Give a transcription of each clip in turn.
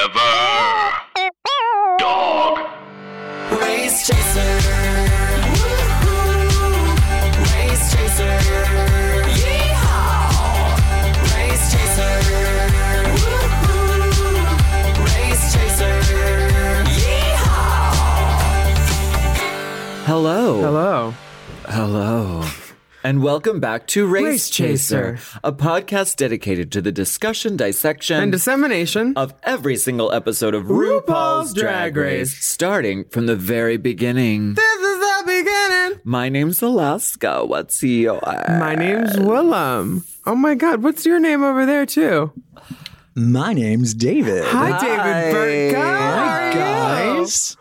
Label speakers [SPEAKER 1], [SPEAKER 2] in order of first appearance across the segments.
[SPEAKER 1] Forever. Dog.
[SPEAKER 2] Race chaser. Woo-hoo. Race chaser. Yeehaw. Race chaser. Woo-hoo. Race chaser. Yeehaw.
[SPEAKER 3] Hello.
[SPEAKER 4] Hello.
[SPEAKER 3] Hello. And welcome back to Race,
[SPEAKER 4] Race
[SPEAKER 3] Chaser,
[SPEAKER 4] Chaser.
[SPEAKER 3] a podcast dedicated to the discussion, dissection,
[SPEAKER 4] And dissemination.
[SPEAKER 3] of every single episode of RuPaul's,
[SPEAKER 4] RuPaul's
[SPEAKER 3] Drag
[SPEAKER 4] Drag
[SPEAKER 3] Race,
[SPEAKER 4] Race.
[SPEAKER 3] starting from the very beginning.
[SPEAKER 4] this is the beginning.
[SPEAKER 3] My name's Alaska. E What's your
[SPEAKER 4] My name's Willem. Oh my God, what's your name over there too?
[SPEAKER 5] My name's David.
[SPEAKER 4] Hi, David Burke. Hi,
[SPEAKER 5] guys.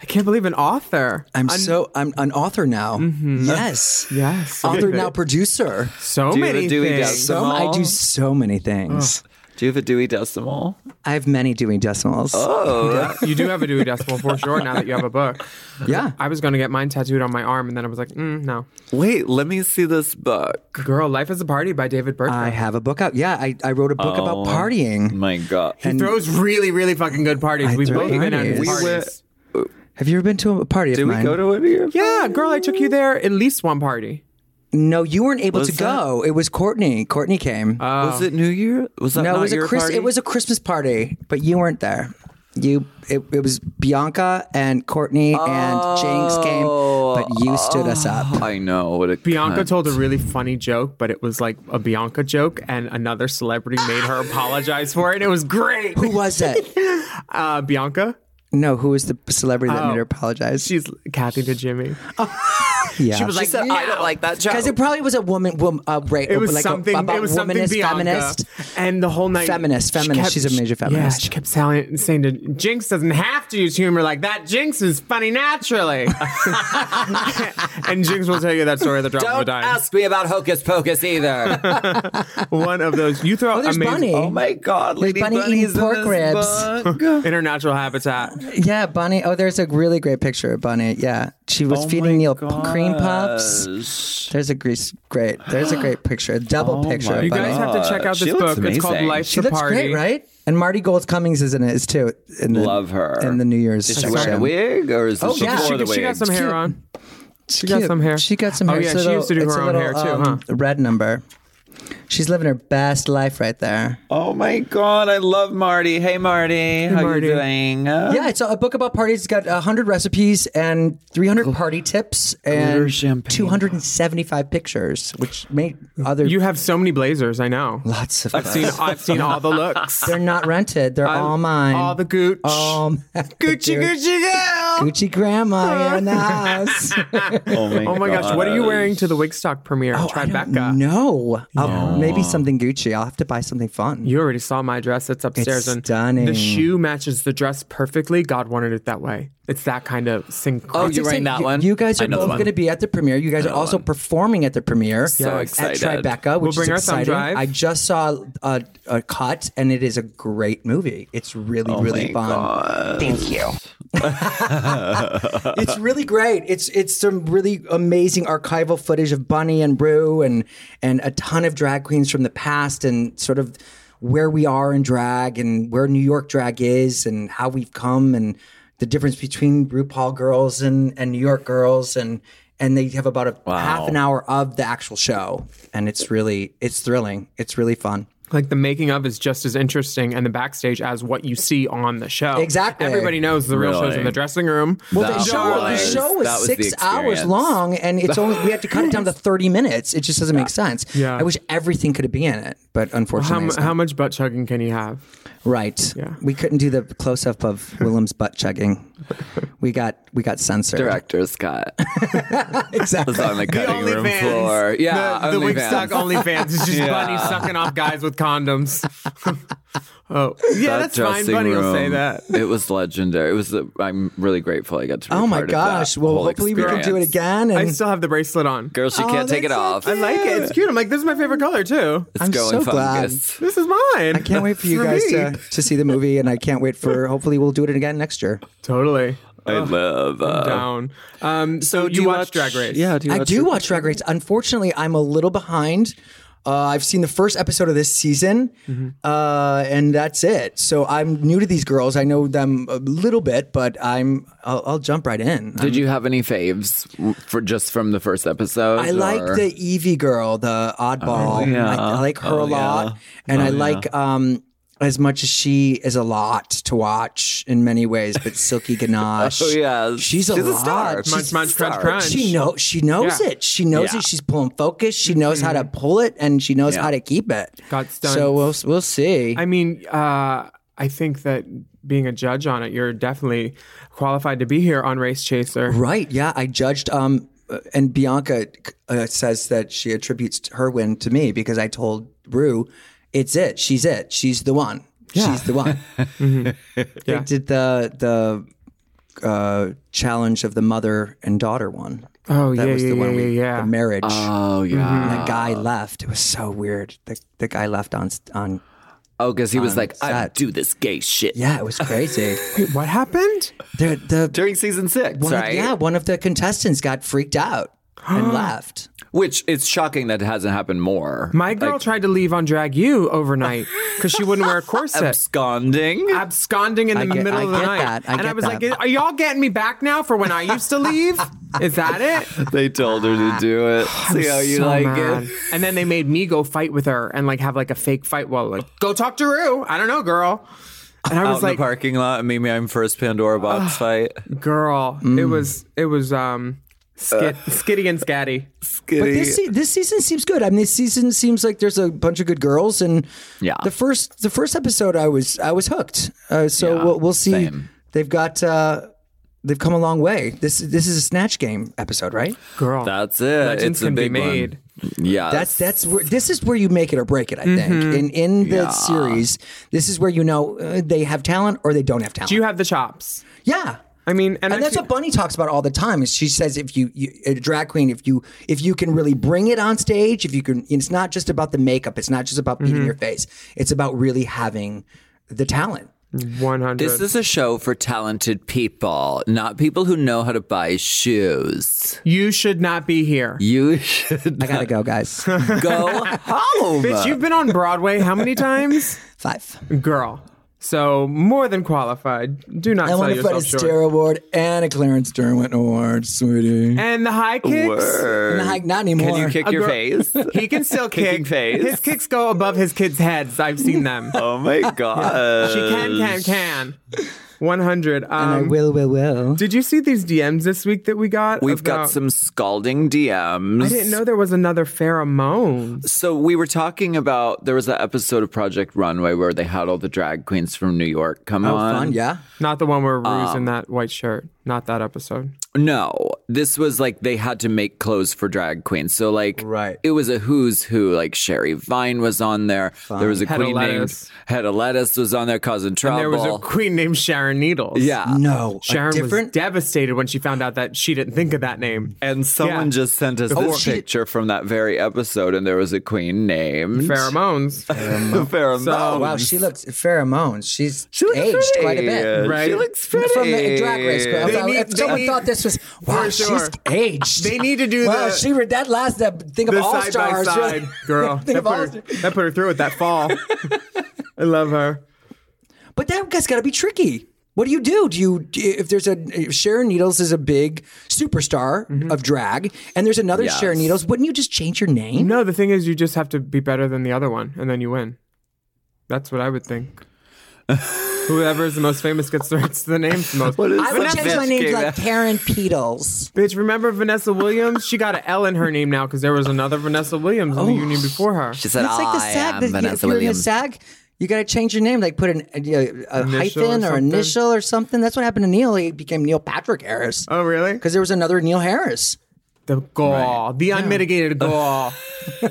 [SPEAKER 4] I can't believe an Mm-hmm. author.
[SPEAKER 5] I'm so I'm an author now. Yes.
[SPEAKER 4] Yes.
[SPEAKER 5] Author now producer.
[SPEAKER 4] So
[SPEAKER 3] Do you have a
[SPEAKER 4] many
[SPEAKER 3] Dewey
[SPEAKER 4] things.
[SPEAKER 3] Decimal?
[SPEAKER 5] So I do so many things.
[SPEAKER 3] Do you have a Dewey Decimal?
[SPEAKER 5] I have many Dewey Decimals. Oh.
[SPEAKER 4] you do have a Dewey Decimal for sure now that you have a book.
[SPEAKER 5] Yeah.
[SPEAKER 4] I was going to get mine tattooed on my arm and then I was like, mm, no.
[SPEAKER 3] Wait, let me see this book.
[SPEAKER 4] Girl, Life is a Party by David Burke.
[SPEAKER 5] I have a book out. Yeah, I, I wrote a book about partying.
[SPEAKER 3] My God.
[SPEAKER 4] Oh. he throws really, really fucking good parties.
[SPEAKER 5] I
[SPEAKER 4] We've
[SPEAKER 5] throw
[SPEAKER 4] both been at
[SPEAKER 5] parties.
[SPEAKER 4] his
[SPEAKER 5] We
[SPEAKER 4] parties.
[SPEAKER 3] were-
[SPEAKER 5] Have you ever been to a party?
[SPEAKER 3] Did
[SPEAKER 5] of
[SPEAKER 3] we
[SPEAKER 5] mine?
[SPEAKER 3] go to it here?
[SPEAKER 4] yeah, girl, I took you there at least one party.
[SPEAKER 5] No, you weren't able
[SPEAKER 3] Was
[SPEAKER 5] to go. It was Courtney. Courtney came.
[SPEAKER 3] Was it New Year? Was that
[SPEAKER 5] no,
[SPEAKER 3] not
[SPEAKER 5] it was a
[SPEAKER 3] your
[SPEAKER 5] Chris,
[SPEAKER 3] party?
[SPEAKER 5] it was a Christmas party, but you weren't there. You it, it was Bianca and Courtney and Jinx came, but you stood us up.
[SPEAKER 4] Oh.
[SPEAKER 3] I know what a
[SPEAKER 4] Bianca
[SPEAKER 3] cunt.
[SPEAKER 4] told a really funny joke, but it was like a Bianca joke, and another celebrity made her apologize for it. It was great.
[SPEAKER 5] Who was it?
[SPEAKER 4] Uh, Bianca,
[SPEAKER 5] No, who was the celebrity that made
[SPEAKER 4] Oh.
[SPEAKER 5] her apologize?
[SPEAKER 4] she's Kathy to Jimmy.
[SPEAKER 5] Oh, yeah.
[SPEAKER 4] She was like,
[SPEAKER 3] said, "I don't like that joke."
[SPEAKER 5] because it probably was a woman, wom, uh, right?
[SPEAKER 4] It was
[SPEAKER 5] like a-
[SPEAKER 4] something.
[SPEAKER 5] about
[SPEAKER 4] it was something
[SPEAKER 5] womanist,
[SPEAKER 4] Bianca,
[SPEAKER 5] feminist.
[SPEAKER 4] and the whole night.
[SPEAKER 5] Feminist,
[SPEAKER 4] she
[SPEAKER 5] feminist. She's a major feminist.
[SPEAKER 4] Yeah, she kept saying, saying to Jinx doesn't have to use humor like that. Jinx is funny naturally. and Jinx will tell you that story at the drop of a
[SPEAKER 3] Don't
[SPEAKER 4] dime.
[SPEAKER 3] ask me about Hocus Pocus either.
[SPEAKER 4] One of those. You throw
[SPEAKER 5] Oh, there's
[SPEAKER 4] amazing.
[SPEAKER 5] Bunny.
[SPEAKER 3] oh my God, Lady
[SPEAKER 5] bunny eating
[SPEAKER 3] Bunny's in
[SPEAKER 5] pork
[SPEAKER 3] this
[SPEAKER 5] ribs.
[SPEAKER 3] book.
[SPEAKER 4] International habitat.
[SPEAKER 5] Yeah, Bunny. Oh, there's a really great picture of Bunny. Yeah, she was
[SPEAKER 3] Oh
[SPEAKER 4] Oh
[SPEAKER 5] feeding Neil p- cream puffs. There's a grease, great. There's a great picture, a double picture.
[SPEAKER 3] my
[SPEAKER 5] Of
[SPEAKER 4] Oh You
[SPEAKER 5] Bunny.
[SPEAKER 4] guys have to
[SPEAKER 5] uh,
[SPEAKER 4] check out
[SPEAKER 3] She
[SPEAKER 4] this
[SPEAKER 3] looks
[SPEAKER 4] book. It's called
[SPEAKER 3] amazing.
[SPEAKER 4] Life
[SPEAKER 5] she
[SPEAKER 4] the
[SPEAKER 5] looks
[SPEAKER 4] Party.
[SPEAKER 5] great, right? And Marty Gold Cummings is in it is too. In the,
[SPEAKER 3] Love her.
[SPEAKER 5] in the New Year's
[SPEAKER 3] Is she
[SPEAKER 5] section.
[SPEAKER 3] wearing a wig or is this
[SPEAKER 5] Oh,
[SPEAKER 3] she
[SPEAKER 5] yeah.
[SPEAKER 3] before
[SPEAKER 4] She,
[SPEAKER 3] the wig?
[SPEAKER 4] she got some hair
[SPEAKER 5] Cute.
[SPEAKER 4] on.
[SPEAKER 5] She
[SPEAKER 4] got some hair.
[SPEAKER 5] She got some
[SPEAKER 4] Oh,
[SPEAKER 5] hair.
[SPEAKER 4] yeah,
[SPEAKER 5] It's a
[SPEAKER 4] she
[SPEAKER 5] little-
[SPEAKER 4] used to do
[SPEAKER 5] it's
[SPEAKER 4] her
[SPEAKER 5] a
[SPEAKER 4] own hair, too,
[SPEAKER 5] um,
[SPEAKER 4] huh?
[SPEAKER 5] Red number. She's living her best life right there.
[SPEAKER 3] Oh my God, I love Marty. Hey Marty, how
[SPEAKER 4] Marty.
[SPEAKER 3] you doing?
[SPEAKER 5] Yeah, it's a, a book about parties. It's got 100 recipes and 300 party tips and
[SPEAKER 3] champagne.
[SPEAKER 5] 275 pictures, which made other
[SPEAKER 4] You have so many blazers. I know.
[SPEAKER 5] lots of
[SPEAKER 4] I've
[SPEAKER 5] us.
[SPEAKER 4] seen. I've seen all the looks.
[SPEAKER 5] They're not rented. They're all mine.
[SPEAKER 4] All the gooch.
[SPEAKER 5] all
[SPEAKER 4] Gucci, Gucci girl.
[SPEAKER 5] Gucci grandma in the house.
[SPEAKER 3] Oh my,
[SPEAKER 4] Oh my gosh, what are you wearing to the Wigstock premiere?
[SPEAKER 5] Oh, I don't
[SPEAKER 4] Tribeca.
[SPEAKER 5] know. I'll- Maybe something Gucci. I'll have to buy something fun.
[SPEAKER 4] You already saw my dress. It's upstairs and
[SPEAKER 5] stunning.
[SPEAKER 4] the shoe matches the dress perfectly. God wanted it that way. It's that kind of sync.
[SPEAKER 3] Oh, you're wearing that
[SPEAKER 5] you,
[SPEAKER 3] one?
[SPEAKER 5] You guys
[SPEAKER 3] I
[SPEAKER 5] are
[SPEAKER 3] know the
[SPEAKER 5] both
[SPEAKER 3] one.
[SPEAKER 5] going to be at the premiere. You guys are also performing at the premiere.
[SPEAKER 3] So excited.
[SPEAKER 5] At Tribeca,
[SPEAKER 4] We'll
[SPEAKER 5] which
[SPEAKER 4] bring our
[SPEAKER 5] is
[SPEAKER 4] thumb
[SPEAKER 5] exciting.
[SPEAKER 4] drive.
[SPEAKER 5] I just saw a, a cut, and it is a great movie. It's really,
[SPEAKER 3] Oh
[SPEAKER 5] really fun. Thank you. it's really great. It's it's some really amazing archival footage of Bunny and Rue and and a ton of drag queens from the past and sort of where we are in drag and where New York drag is and how we've come and the difference between RuPaul girls and and New York girls and and they have about a half an hour of the actual show and it's really it's thrilling. It's really fun.
[SPEAKER 4] Like the making of is just as interesting and the backstage as what you see on the show.
[SPEAKER 5] Exactly.
[SPEAKER 4] Everybody knows the real show's
[SPEAKER 3] Really?
[SPEAKER 4] in the dressing room.
[SPEAKER 5] Well, the
[SPEAKER 3] That
[SPEAKER 5] show, the
[SPEAKER 3] was-
[SPEAKER 5] show was,
[SPEAKER 3] that was the
[SPEAKER 5] six hours
[SPEAKER 3] experience.
[SPEAKER 5] long, and it's only we had to cut it down to thirty minutes. It just doesn't make sense.
[SPEAKER 4] Yeah.
[SPEAKER 5] I wish everything could be in it, but
[SPEAKER 4] How,
[SPEAKER 5] unfortunately,
[SPEAKER 4] mu-
[SPEAKER 5] it's
[SPEAKER 4] how
[SPEAKER 5] not.
[SPEAKER 4] much butt chugging can you have?
[SPEAKER 5] right?
[SPEAKER 4] Yeah.
[SPEAKER 5] We couldn't do the close up of Willem's butt chugging. We got we got censored.
[SPEAKER 3] Director's cut.
[SPEAKER 5] Exactly.
[SPEAKER 3] It's on the cutting room floor. Yeah,
[SPEAKER 4] the, the
[SPEAKER 3] OnlyFans.
[SPEAKER 4] Wigstock OnlyFans is just Bunny sucking off guys with condoms. oh,
[SPEAKER 3] That
[SPEAKER 4] yeah, that's fine.
[SPEAKER 3] dressing
[SPEAKER 4] Bunny will say
[SPEAKER 3] room,
[SPEAKER 4] that.
[SPEAKER 3] It was legendary. It was. The, I'm really grateful I got to. Be
[SPEAKER 5] Oh my
[SPEAKER 3] part of that
[SPEAKER 5] gosh! Well,
[SPEAKER 3] whole
[SPEAKER 5] hopefully we can do it
[SPEAKER 3] experience.
[SPEAKER 5] again.
[SPEAKER 4] I
[SPEAKER 5] And
[SPEAKER 4] still have the bracelet on.
[SPEAKER 3] Girl, she
[SPEAKER 5] Oh,
[SPEAKER 3] can't take it
[SPEAKER 5] that's so
[SPEAKER 3] off.
[SPEAKER 4] I like it. It's cute. I'm like, this is my favorite color too.
[SPEAKER 3] It's
[SPEAKER 5] I'm
[SPEAKER 3] going
[SPEAKER 5] so glad.
[SPEAKER 3] fungus.
[SPEAKER 4] This is mine.
[SPEAKER 5] I can't wait for you guys
[SPEAKER 4] me.
[SPEAKER 5] to, to see the movie, and I can't wait for. Hopefully, we'll do it again next year.
[SPEAKER 4] Totally.
[SPEAKER 3] I love. Uh,
[SPEAKER 4] down. Um, so,
[SPEAKER 3] do
[SPEAKER 4] you watch Drag Race?
[SPEAKER 3] Yeah, do you
[SPEAKER 5] I
[SPEAKER 3] watch
[SPEAKER 5] do
[SPEAKER 3] Drag-
[SPEAKER 5] watch Drag Race. Unfortunately, I'm a little behind. Uh, I've seen the first episode of this season,
[SPEAKER 3] Mm-hmm.
[SPEAKER 5] uh, and that's it. So I'm new to these girls. I know them a little bit, but I'm I'll, I'll jump right in.
[SPEAKER 3] Did you have any faves w- for just from the first episode?
[SPEAKER 5] I like
[SPEAKER 3] or-
[SPEAKER 5] the Evie girl, the oddball.
[SPEAKER 3] Oh, yeah.
[SPEAKER 5] I, I like her
[SPEAKER 3] Oh,
[SPEAKER 5] a lot,
[SPEAKER 3] yeah.
[SPEAKER 5] and I like um as much as she is a lot to watch in many ways. But Silky Ganache,
[SPEAKER 3] Oh yeah,
[SPEAKER 5] she's a lot.
[SPEAKER 3] star.
[SPEAKER 5] She's
[SPEAKER 4] Munch, munch, crunch,
[SPEAKER 3] star.
[SPEAKER 4] crunch.
[SPEAKER 5] she know she knows
[SPEAKER 4] Yeah. Mm-hmm.
[SPEAKER 5] it. She knows
[SPEAKER 3] Yeah.
[SPEAKER 5] it. She's pulling focus. She knows how to pull it, and she knows
[SPEAKER 3] Yeah.
[SPEAKER 5] how to keep it.
[SPEAKER 4] Got stunts.
[SPEAKER 5] So uh, we'll we'll see.
[SPEAKER 4] I mean, uh, I think that being a judge on it, you're definitely qualified to be here on Race Chaser.
[SPEAKER 5] Right. Yeah. I judged. Um, uh, and Bianca uh, says that she attributes her win to me because I told Rue, it's it. She's it. She's the one. She's the one.
[SPEAKER 4] Mm-hmm. Yeah.
[SPEAKER 5] I did the the uh, challenge of the mother and daughter one.
[SPEAKER 4] Oh,
[SPEAKER 5] that
[SPEAKER 4] yeah,
[SPEAKER 5] was
[SPEAKER 4] yeah,
[SPEAKER 5] the one
[SPEAKER 4] yeah,
[SPEAKER 5] we
[SPEAKER 4] yeah, yeah. Uh,
[SPEAKER 5] the marriage.
[SPEAKER 3] Oh yeah.
[SPEAKER 5] and the guy left. It was so weird. The the guy left on s- on.
[SPEAKER 3] Oh, because he was like, I
[SPEAKER 5] set.
[SPEAKER 3] do this gay shit.
[SPEAKER 5] Yeah, it was crazy.
[SPEAKER 4] Wait, what happened?
[SPEAKER 5] the the
[SPEAKER 3] During season six,
[SPEAKER 5] one of-
[SPEAKER 3] right?
[SPEAKER 5] yeah one of the contestants got freaked out and left.
[SPEAKER 3] Which it's shocking that it hasn't happened more.
[SPEAKER 4] My girl tried to leave on Drag You overnight because she wouldn't wear a corset.
[SPEAKER 3] absconding.
[SPEAKER 4] absconding in the
[SPEAKER 5] I get-
[SPEAKER 4] middle
[SPEAKER 5] I
[SPEAKER 4] of the
[SPEAKER 5] get
[SPEAKER 4] night.
[SPEAKER 5] that. I
[SPEAKER 4] and I
[SPEAKER 5] get
[SPEAKER 4] was
[SPEAKER 5] that.
[SPEAKER 4] like, are y'all getting me back now for when I used to leave? Is that it?
[SPEAKER 3] they told her
[SPEAKER 5] Ah.
[SPEAKER 3] to do it. See how you
[SPEAKER 4] So
[SPEAKER 3] like
[SPEAKER 4] mad.
[SPEAKER 3] it.
[SPEAKER 4] And then they made me go fight with her and like have like a fake fight while like, go talk to Rue. I don't know, girl. And I
[SPEAKER 6] Out
[SPEAKER 4] was
[SPEAKER 6] in
[SPEAKER 4] like,
[SPEAKER 6] the parking lot, and Mimi, I'm first Pandora box fight.
[SPEAKER 4] girl, it
[SPEAKER 5] Mm.
[SPEAKER 4] was, it was, um, skit,
[SPEAKER 5] Uh.
[SPEAKER 4] skitty and scatty.
[SPEAKER 5] But this se- this season seems good. I mean, this season seems like there's a bunch of good girls, and
[SPEAKER 3] Yeah.
[SPEAKER 5] the first the first episode, I was I was hooked. Uh, so we'll, we'll see.
[SPEAKER 3] same.
[SPEAKER 5] They've got uh, they've come a long way. This this is a snatch game episode, right?
[SPEAKER 4] Girl.
[SPEAKER 3] That's it.
[SPEAKER 4] Legends
[SPEAKER 3] it's a
[SPEAKER 4] can be
[SPEAKER 3] big
[SPEAKER 4] made.
[SPEAKER 3] one. Yeah.
[SPEAKER 5] That's that's where this is where you make it or break it. I think
[SPEAKER 4] Mm-hmm.
[SPEAKER 5] in in the series, this is where you know uh, they have talent or they don't have talent.
[SPEAKER 4] Do you have the chops?
[SPEAKER 5] yeah.
[SPEAKER 4] I mean, and,
[SPEAKER 5] And that's
[SPEAKER 4] actually-
[SPEAKER 5] what Bunny talks about all the time. Is she says if you, you a drag queen, if you if you can really bring it on stage, if you can, it's not just about the makeup, it's not just about
[SPEAKER 4] Mm-hmm.
[SPEAKER 5] beating your face, it's about really having the talent.
[SPEAKER 4] 100.
[SPEAKER 3] This is a show for talented people, not people who know how to buy shoes.
[SPEAKER 4] you should not be here.
[SPEAKER 3] You should
[SPEAKER 5] I gotta go, guys.
[SPEAKER 3] go home.
[SPEAKER 4] Bitch, you've been on Broadway how many times?
[SPEAKER 5] Five.
[SPEAKER 4] Girl. So more than qualified. Do not
[SPEAKER 5] I
[SPEAKER 4] sell
[SPEAKER 5] won a Fred
[SPEAKER 4] yourself short.
[SPEAKER 5] Astaire Award and a Clarence Derwent Award, sweetie.
[SPEAKER 4] and the high kicks.
[SPEAKER 5] And I- not anymore.
[SPEAKER 3] Can you kick
[SPEAKER 4] A
[SPEAKER 3] your
[SPEAKER 4] girl-
[SPEAKER 3] face?
[SPEAKER 4] He can still
[SPEAKER 3] Kicking
[SPEAKER 4] kick.
[SPEAKER 3] face.
[SPEAKER 4] His kicks go above his kids' heads. I've seen them.
[SPEAKER 3] oh my god.
[SPEAKER 4] She can, can, can. One hundred.
[SPEAKER 5] and I
[SPEAKER 4] Um,
[SPEAKER 5] will, will, will.
[SPEAKER 4] did you see these DMs this week that we got?
[SPEAKER 3] We've
[SPEAKER 4] about-
[SPEAKER 3] got some scalding DMs.
[SPEAKER 4] I didn't know there was another pheromone.
[SPEAKER 3] So we were talking about there was that episode of Project Runway where they had all the drag queens from New York come
[SPEAKER 5] Oh,
[SPEAKER 3] on.
[SPEAKER 5] fun, yeah.
[SPEAKER 4] Not the one where Rue's
[SPEAKER 3] Um,
[SPEAKER 4] in that white shirt. Not that episode.
[SPEAKER 3] No, this was like they had to make clothes for drag queens. So like,
[SPEAKER 5] Right.
[SPEAKER 3] It was a who's who. Like Sherry Vine was on there. There was a
[SPEAKER 4] Hedda
[SPEAKER 3] queen
[SPEAKER 4] Lettuce.
[SPEAKER 3] named Hedda Lettuce was on there causing trouble.
[SPEAKER 4] There was a queen named Sharon Needles.
[SPEAKER 3] yeah.
[SPEAKER 5] No,
[SPEAKER 4] uh, Sharon
[SPEAKER 5] a different.
[SPEAKER 4] was devastated when she found out that she didn't think of that name.
[SPEAKER 3] And someone
[SPEAKER 4] Yeah.
[SPEAKER 3] just sent us this
[SPEAKER 5] she-
[SPEAKER 3] picture from that very episode, and there was a queen named
[SPEAKER 4] Pheromones.
[SPEAKER 3] Pheromone.
[SPEAKER 5] oh wow, she looks pheromones. She's
[SPEAKER 3] She looks
[SPEAKER 5] aged
[SPEAKER 3] pretty.
[SPEAKER 5] quite a bit.
[SPEAKER 3] She
[SPEAKER 4] right?
[SPEAKER 3] looks pretty
[SPEAKER 5] from the drag race. Girl.
[SPEAKER 4] They
[SPEAKER 5] If I-
[SPEAKER 4] need-
[SPEAKER 5] if
[SPEAKER 4] they
[SPEAKER 5] someone
[SPEAKER 4] need-
[SPEAKER 5] thought this was wow,
[SPEAKER 4] For sure.
[SPEAKER 5] she's aged.
[SPEAKER 4] They need to do
[SPEAKER 5] wow,
[SPEAKER 4] the-
[SPEAKER 5] she re- that last that think of
[SPEAKER 4] the
[SPEAKER 5] all
[SPEAKER 4] side
[SPEAKER 5] stars.
[SPEAKER 4] by side girl.
[SPEAKER 5] think
[SPEAKER 4] That
[SPEAKER 5] of all.
[SPEAKER 4] put, her, that put her through with that fall. I love her.
[SPEAKER 5] But that guy's got to be tricky. What do you do? Do you do- if there's a if Sharon Needles is a big superstar
[SPEAKER 4] Mm-hmm.
[SPEAKER 5] of drag, and there's another
[SPEAKER 3] Yes.
[SPEAKER 5] Sharon Needles? Wouldn't you just change your name?
[SPEAKER 4] No, the thing is, you just have to be better than the other one, and then you win. That's what I would think. Whoever is the most famous gets the rights to the names the most.
[SPEAKER 5] I would change my name to like Karen Petals.
[SPEAKER 4] Bitch, remember Vanessa Williams? She got an L in her name now because there was another Vanessa Williams in the union before her.
[SPEAKER 3] She said,
[SPEAKER 5] It's like the
[SPEAKER 3] "I
[SPEAKER 5] SAG.
[SPEAKER 3] am
[SPEAKER 5] the- if
[SPEAKER 3] Vanessa
[SPEAKER 5] you're in a
[SPEAKER 3] Williams."
[SPEAKER 5] SAG, you got to change your name. Like put an, a, a
[SPEAKER 4] Initial
[SPEAKER 5] hyphen
[SPEAKER 4] or
[SPEAKER 5] or,
[SPEAKER 4] something.
[SPEAKER 5] initial or something. That's what happened to Neil. He became Neil Patrick Harris.
[SPEAKER 4] Oh, really?
[SPEAKER 5] because there was another Neil Harris.
[SPEAKER 4] The gall, the unmitigated gall.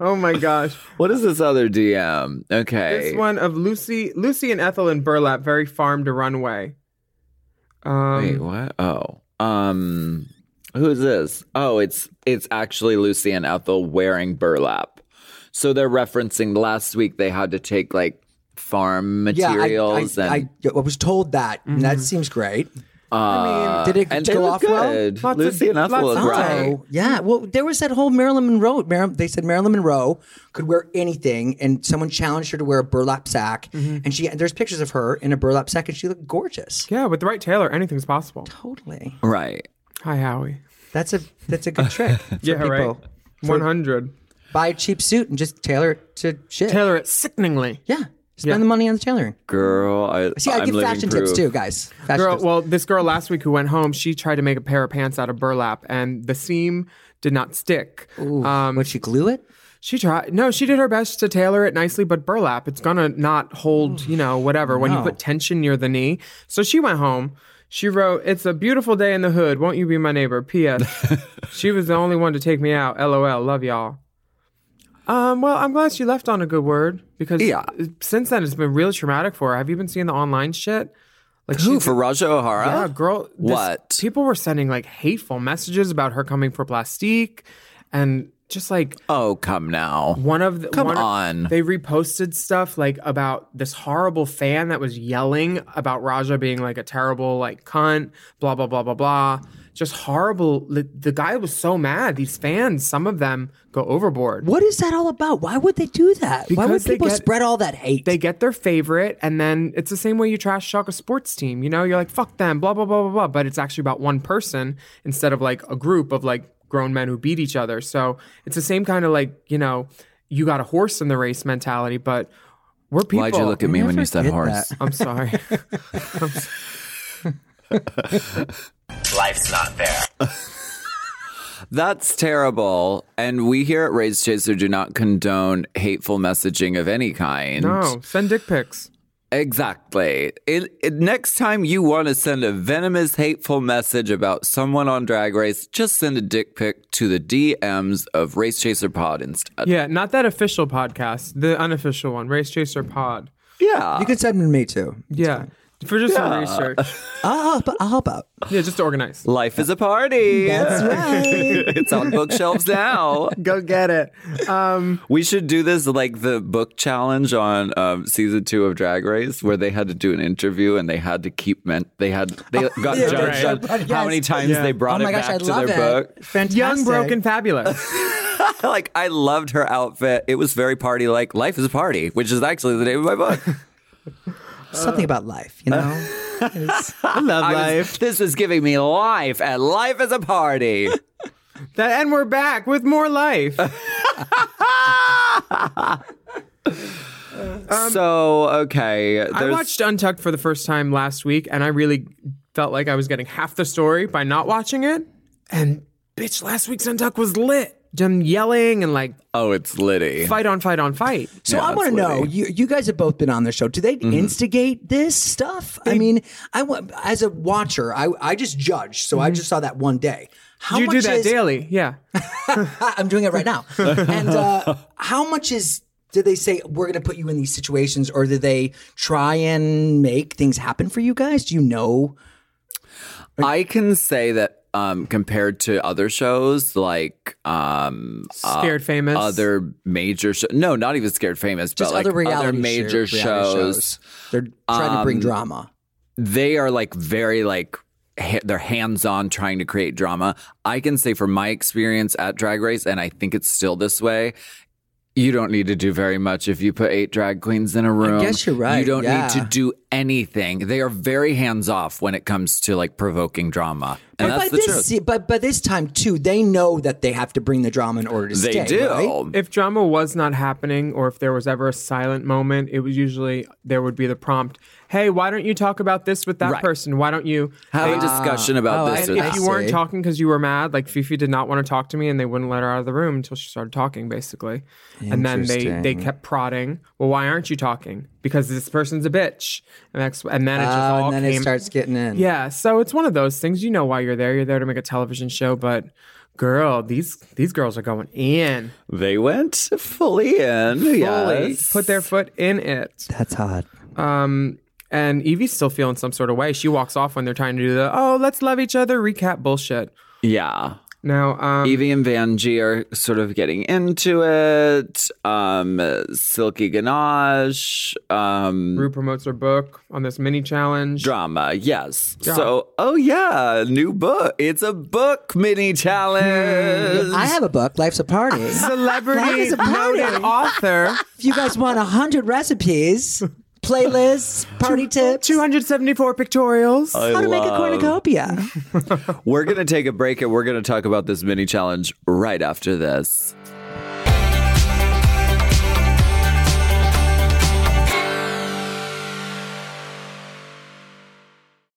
[SPEAKER 4] oh my gosh.
[SPEAKER 3] What is this other DM? Okay.
[SPEAKER 4] This one of Lucy, Lucy and Ethel in burlap, very farm to runway. Um,
[SPEAKER 3] Wait, what? Oh. Um who is this? Oh, it's it's actually Lucy and Ethel wearing burlap. So they're referencing last week they had to take like farm
[SPEAKER 5] Yeah, I-
[SPEAKER 3] materials
[SPEAKER 5] I, I,
[SPEAKER 3] and
[SPEAKER 4] Mm-hmm.
[SPEAKER 5] I was told that. and That seems great. I mean, did it
[SPEAKER 3] uh, and they
[SPEAKER 5] go
[SPEAKER 3] look
[SPEAKER 5] off well?
[SPEAKER 3] good.
[SPEAKER 4] Lots of-
[SPEAKER 3] Lucy and Ethel
[SPEAKER 4] lots
[SPEAKER 3] look
[SPEAKER 4] of-
[SPEAKER 3] right.
[SPEAKER 5] Oh, yeah. Well, there was that whole Marilyn Monroe. Mar- they said Marilyn Monroe could wear anything, and someone challenged her to wear a burlap sack.
[SPEAKER 4] Mm-hmm.
[SPEAKER 5] And she there's pictures of her in a burlap sack, and she looked gorgeous.
[SPEAKER 4] Yeah, with the right tailor, anything's possible.
[SPEAKER 5] Totally.
[SPEAKER 3] Right.
[SPEAKER 4] Hi, Howie.
[SPEAKER 5] That's a that's a good trick. For
[SPEAKER 4] Yeah,
[SPEAKER 5] people.
[SPEAKER 4] right. 100.
[SPEAKER 5] Buy a cheap suit and just tailor it to shit.
[SPEAKER 4] Tailor it sickeningly.
[SPEAKER 5] Yeah. Spend the money on the tailoring.
[SPEAKER 3] Girl, I,
[SPEAKER 5] See, I
[SPEAKER 3] am
[SPEAKER 5] give
[SPEAKER 3] living
[SPEAKER 5] fashion
[SPEAKER 3] proof.
[SPEAKER 5] tips too, guys. Fashion
[SPEAKER 4] Girl,
[SPEAKER 5] tips.
[SPEAKER 4] well, this girl last week who went home, she tried to make a pair of pants out of burlap, and the seam did not stick. Um,
[SPEAKER 5] Ooh, would she glue it?
[SPEAKER 4] She tried. No, she did her best to tailor it nicely, but burlap, it's gonna not hold, you know, whatever, when you put tension near the knee. So she went home. She wrote, It's a beautiful day in the hood. Won't you be my neighbor? P.S. she was the only one to take me out. LOL. Love y'all. Um, well, I'm glad she left on a good word because
[SPEAKER 3] Yeah.
[SPEAKER 4] since then it's been really traumatic for her. Have you been seeing the online shit? Like
[SPEAKER 3] Who,
[SPEAKER 4] she's-
[SPEAKER 3] for Raja O'Hara?
[SPEAKER 4] yeah, girl. this-
[SPEAKER 3] What?
[SPEAKER 4] People were sending like hateful messages about her coming for plastique and just like
[SPEAKER 3] Oh, come now.
[SPEAKER 4] one of the
[SPEAKER 3] Come
[SPEAKER 4] one of-
[SPEAKER 3] on.
[SPEAKER 4] they reposted stuff like about this horrible fan that was yelling about Raja being like a terrible like cunt, blah blah blah blah blah. Just horrible. The, the guy was so mad. These fans, some of them go overboard.
[SPEAKER 5] What is that all about? Why would they do that? Why would
[SPEAKER 4] Because they
[SPEAKER 5] people
[SPEAKER 4] get-
[SPEAKER 5] spread all that hate?
[SPEAKER 4] They get their favorite, and then it's the same way you trash talk a sports team. You know, you're like fuck them, blah blah blah blah blah. But it's actually about one person instead of like a group of like grown men who beat each other. So it's the same kind of like you know, you got a horse in the race mentality, but. We're people.
[SPEAKER 3] Why'd you look at me when you said
[SPEAKER 5] did
[SPEAKER 3] horse?
[SPEAKER 4] I'm sorry.
[SPEAKER 7] Life's not fair.
[SPEAKER 3] That's terrible. And we here at Raise Chaser do not condone hateful messaging of any kind.
[SPEAKER 4] no, send dick pics.
[SPEAKER 3] Exactly. It, it- next time you want to send a venomous, hateful message about someone on Drag Race, just send a dick pic to the DMs of Race Chaser Pod instead.
[SPEAKER 4] Yeah, not that official podcast, the unofficial one, Race Chaser Pod.
[SPEAKER 3] Yeah.
[SPEAKER 5] you can send them to me too.
[SPEAKER 4] Yeah, for just some research.
[SPEAKER 5] I'll help, I'll help out.
[SPEAKER 4] Yeah, just to organize.
[SPEAKER 3] Life is a party.
[SPEAKER 5] That's right.
[SPEAKER 3] it's on bookshelves now.
[SPEAKER 4] Go get it.
[SPEAKER 3] We should do this like the book challenge on um, season two of Drag Race, where they had to do an interview and they had to keep meant they had they got
[SPEAKER 5] Oh, yeah,
[SPEAKER 3] judged
[SPEAKER 4] right.
[SPEAKER 3] on how many times they brought
[SPEAKER 5] oh my
[SPEAKER 3] it
[SPEAKER 5] gosh,
[SPEAKER 3] back
[SPEAKER 5] I
[SPEAKER 3] to
[SPEAKER 5] love
[SPEAKER 3] their
[SPEAKER 5] it.
[SPEAKER 3] book.
[SPEAKER 5] Fantastic.
[SPEAKER 4] Young, broken, fabulous.
[SPEAKER 3] like I loved her outfit. It was very party like. Life is a party, which is actually the name of my book.
[SPEAKER 5] Something about life,
[SPEAKER 4] Uh.
[SPEAKER 5] you know.
[SPEAKER 4] I love
[SPEAKER 3] I was- this was giving me life, and life is a party.
[SPEAKER 4] That, and we're back with more life.
[SPEAKER 3] Um, so okay, there's,
[SPEAKER 4] I watched Untucked for the first time last week, and I really felt like I was getting half the story by not watching it. And bitch, last week's Untucked was lit. Them yelling and like
[SPEAKER 3] oh, it's Liddy.
[SPEAKER 4] fight on fight on fight.
[SPEAKER 5] So I want to know you. You guys have both been on the show. Do they
[SPEAKER 3] Mm-hmm.
[SPEAKER 5] instigate this stuff? I mean, I wa- as a watcher, I I just judge. So
[SPEAKER 3] Mm-hmm.
[SPEAKER 5] I just saw that one day. How
[SPEAKER 4] you
[SPEAKER 5] much
[SPEAKER 4] do that
[SPEAKER 5] is,
[SPEAKER 4] daily, yeah.
[SPEAKER 3] Uh,
[SPEAKER 5] I- I'm doing it right now. and uh, how much is did they say we're going to put you in these situations, or do they try and make things happen for you guys? Do you know?
[SPEAKER 3] I can say that um, compared to other shows like um,
[SPEAKER 4] Scared famous.
[SPEAKER 3] other major shows, no, not even Scared Famous,
[SPEAKER 5] Just
[SPEAKER 3] but like
[SPEAKER 5] other reality
[SPEAKER 3] major
[SPEAKER 5] show- reality
[SPEAKER 3] shows, Um,
[SPEAKER 5] They're trying to bring drama.
[SPEAKER 3] they are like very like ha- they're hands on trying to create drama. I can say from my experience at Drag Race, and I think it's still this way. You don't need to do very much if you put eight drag queens in a room.
[SPEAKER 5] guess you're right,
[SPEAKER 3] You don't
[SPEAKER 5] yeah.
[SPEAKER 3] need to do anything. They are very hands off when it comes to like provoking drama, and
[SPEAKER 5] but
[SPEAKER 3] that's
[SPEAKER 5] by
[SPEAKER 3] the
[SPEAKER 5] this,
[SPEAKER 3] truth.
[SPEAKER 5] se- but by this time too, they know that they have to bring the drama in order to
[SPEAKER 3] They
[SPEAKER 5] stay.
[SPEAKER 3] do.
[SPEAKER 5] right?
[SPEAKER 4] If drama was not happening, or if there was ever a silent moment, it was usually there would be the prompt, "Hey, why don't you talk about this with that
[SPEAKER 3] Right.
[SPEAKER 4] person? Why don't you?"
[SPEAKER 3] Have a discussion about
[SPEAKER 5] oh,
[SPEAKER 3] this.
[SPEAKER 5] I-
[SPEAKER 3] or
[SPEAKER 5] I
[SPEAKER 3] that.
[SPEAKER 4] If you weren't
[SPEAKER 5] see.
[SPEAKER 4] talking because you were mad, like Fifi did not want to talk to me, and they wouldn't let her out of the room until she started talking, basically. And then they they kept prodding, "Well, why aren't you talking? Because this person's a bitch." And that's and then it just
[SPEAKER 5] Oh,
[SPEAKER 4] all
[SPEAKER 5] and then
[SPEAKER 4] came.
[SPEAKER 5] it starts getting in.
[SPEAKER 4] yeah, so it's one of those things. You know why you're there. You're there to make a television show, but. Girl, these these girls are going in.
[SPEAKER 3] They went fully in.
[SPEAKER 4] Fully
[SPEAKER 3] yes.
[SPEAKER 4] Put their foot in it.
[SPEAKER 5] That's hot.
[SPEAKER 4] And Evie's still feeling some sort of way. She walks off when they're trying to do the, oh, let's love each other recap bullshit.
[SPEAKER 3] Yeah.
[SPEAKER 4] Now, um,
[SPEAKER 3] Evie and Vanjie are sort of getting into it. Um, Silky Ganache, um,
[SPEAKER 4] Rue promotes her book on this mini challenge.
[SPEAKER 3] drama. Yes. So, oh yeah, new book. It's a book mini challenge.
[SPEAKER 5] I have a book, Life's a Party. Life
[SPEAKER 4] Celebrity
[SPEAKER 5] is a party.
[SPEAKER 4] noted author,
[SPEAKER 5] if you guys want 100 recipes, playlists, party tips,
[SPEAKER 4] 274 pictorials.
[SPEAKER 7] Uh,
[SPEAKER 5] how to make a cornucopia.
[SPEAKER 3] We're gonna take a break and we're gonna talk about this mini challenge right after this.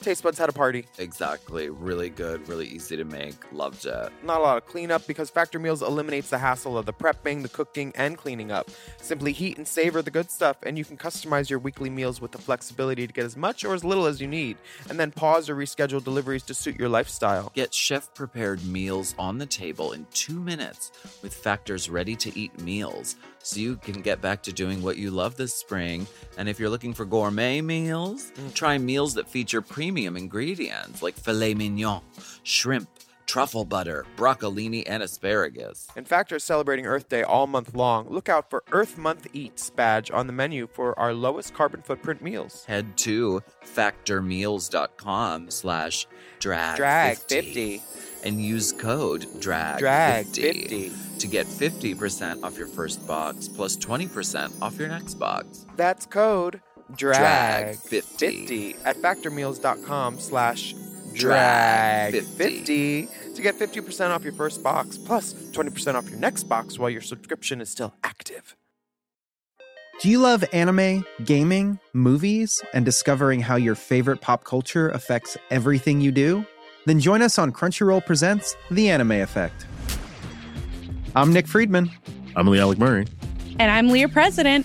[SPEAKER 7] taste buds had a party.
[SPEAKER 3] Exactly. Really good, really easy to make. Loved it.
[SPEAKER 7] not a lot of cleanup because Factor Meals eliminates the hassle of the prepping, the cooking, and cleaning up. Simply heat and savor the good stuff, and you can customize your weekly meals with the flexibility to get as much or as little as you need, and then pause or reschedule deliveries to suit your lifestyle.
[SPEAKER 3] Get chef prepared meals on the table in two minutes with Factor's ready to eat meals so you can get back to doing what you love this spring. And if you're looking for gourmet meals,
[SPEAKER 7] Mm.
[SPEAKER 3] try meals that feature premium ingredients like filet mignon, shrimp, truffle butter, broccolini, and asparagus.
[SPEAKER 7] And Factor is celebrating Earth Day all month long. Look out for Earth Month Eats badge on the menu for our lowest carbon footprint meals.
[SPEAKER 3] head to factormeals.com slash drag,
[SPEAKER 7] Drag 50.
[SPEAKER 3] 50 and use code drag,
[SPEAKER 7] Drag
[SPEAKER 3] 50,
[SPEAKER 7] 50.
[SPEAKER 3] to get 50% off your first box plus 20% off your next box
[SPEAKER 7] That's code
[SPEAKER 3] Drag
[SPEAKER 7] drag
[SPEAKER 3] 50.
[SPEAKER 7] 50 at factormeals.com slash
[SPEAKER 3] Drag
[SPEAKER 7] drag
[SPEAKER 3] 50.
[SPEAKER 7] 50 to get 50% off your first box plus 20% off your next box while your subscription is still active.
[SPEAKER 8] Do you love anime, gaming, movies, and discovering how your favorite pop culture affects everything you do? Then join us on Crunchyroll Presents The Anime Effect. I'm Nick Friedman.
[SPEAKER 9] I'm Lee Alec Murray.
[SPEAKER 10] And I'm Leah President.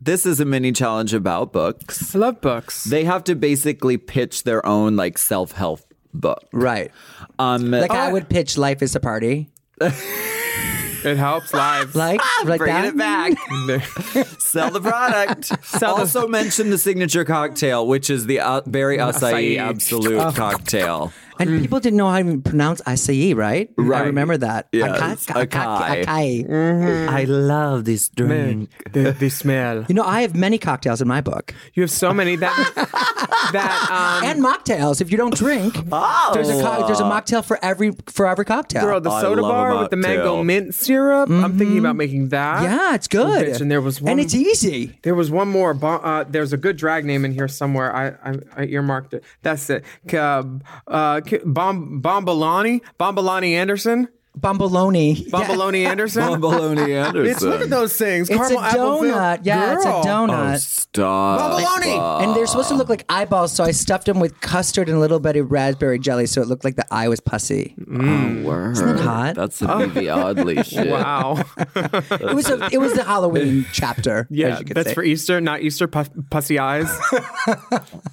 [SPEAKER 3] this is a mini challenge about books
[SPEAKER 4] I love books.
[SPEAKER 3] they have to basically pitch their own like self-help book
[SPEAKER 5] Right.
[SPEAKER 3] um
[SPEAKER 5] Like I would pitch Life is a Party.
[SPEAKER 4] it helps lives.
[SPEAKER 5] Like, like
[SPEAKER 3] bringing
[SPEAKER 5] that.
[SPEAKER 3] Ah, it back sell the product also mention the signature cocktail which is the uh, berry acai,
[SPEAKER 4] Acai.
[SPEAKER 3] absolute cocktail
[SPEAKER 5] And people didn't know how to even pronounce acai, right?
[SPEAKER 3] Right.
[SPEAKER 5] I remember that.
[SPEAKER 3] Yes,
[SPEAKER 5] Acai-
[SPEAKER 3] acai.
[SPEAKER 5] acai- acai.
[SPEAKER 3] i love this drink
[SPEAKER 4] the, the smell.
[SPEAKER 5] You know, I have many cocktails in my book.
[SPEAKER 4] You have so many that that um,
[SPEAKER 5] and mocktails. If you don't drink,
[SPEAKER 3] Oh.
[SPEAKER 5] there's a co- there's a mocktail for every for every cocktail.
[SPEAKER 4] girl, the
[SPEAKER 3] I
[SPEAKER 4] soda
[SPEAKER 3] love a
[SPEAKER 4] bar with the mango
[SPEAKER 3] mocktail.
[SPEAKER 4] mint syrup. I'm thinking about making that.
[SPEAKER 5] Mm-hmm. yeah, it's good.
[SPEAKER 4] bitch, and there was one-
[SPEAKER 5] and it's e- easy.
[SPEAKER 4] There was one more. bo- Uh, there's a good drag name in here somewhere. I I, I earmarked it. That's it. K- uh, K- Bom, Bombalani. Bombalani Anderson.
[SPEAKER 5] Bomboloni.
[SPEAKER 4] Bomboloni Anderson.
[SPEAKER 3] Bomboloni Anderson.
[SPEAKER 4] Bitch, look at those things.
[SPEAKER 5] It's
[SPEAKER 4] Caramel
[SPEAKER 5] a
[SPEAKER 4] apple filled-
[SPEAKER 5] donut. Yeah, it's a
[SPEAKER 4] Girl.
[SPEAKER 5] donut.
[SPEAKER 3] Oh, stop.
[SPEAKER 4] Bomboloni.
[SPEAKER 5] and they're supposed to look like eyeballs, so I stuffed them with custard and a little bit of raspberry jelly, so it looked like the eye was pussy.
[SPEAKER 3] Oh, word.
[SPEAKER 5] Isn't that hot?
[SPEAKER 3] That's some Vivi Oddly shit.
[SPEAKER 4] Wow.
[SPEAKER 5] It was a, it was the Halloween chapter.
[SPEAKER 4] Yeah,
[SPEAKER 5] as you could
[SPEAKER 4] that's
[SPEAKER 5] say.
[SPEAKER 4] for e- Easter, not Easter puff, pussy eyes.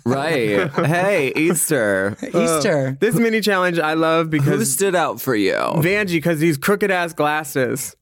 [SPEAKER 3] Right. Hey, Easter.
[SPEAKER 4] uh,
[SPEAKER 5] Easter.
[SPEAKER 4] this mini challenge I love
[SPEAKER 3] Who
[SPEAKER 4] because
[SPEAKER 3] stood out for you?
[SPEAKER 4] Vanjie, because these crooked ass glasses.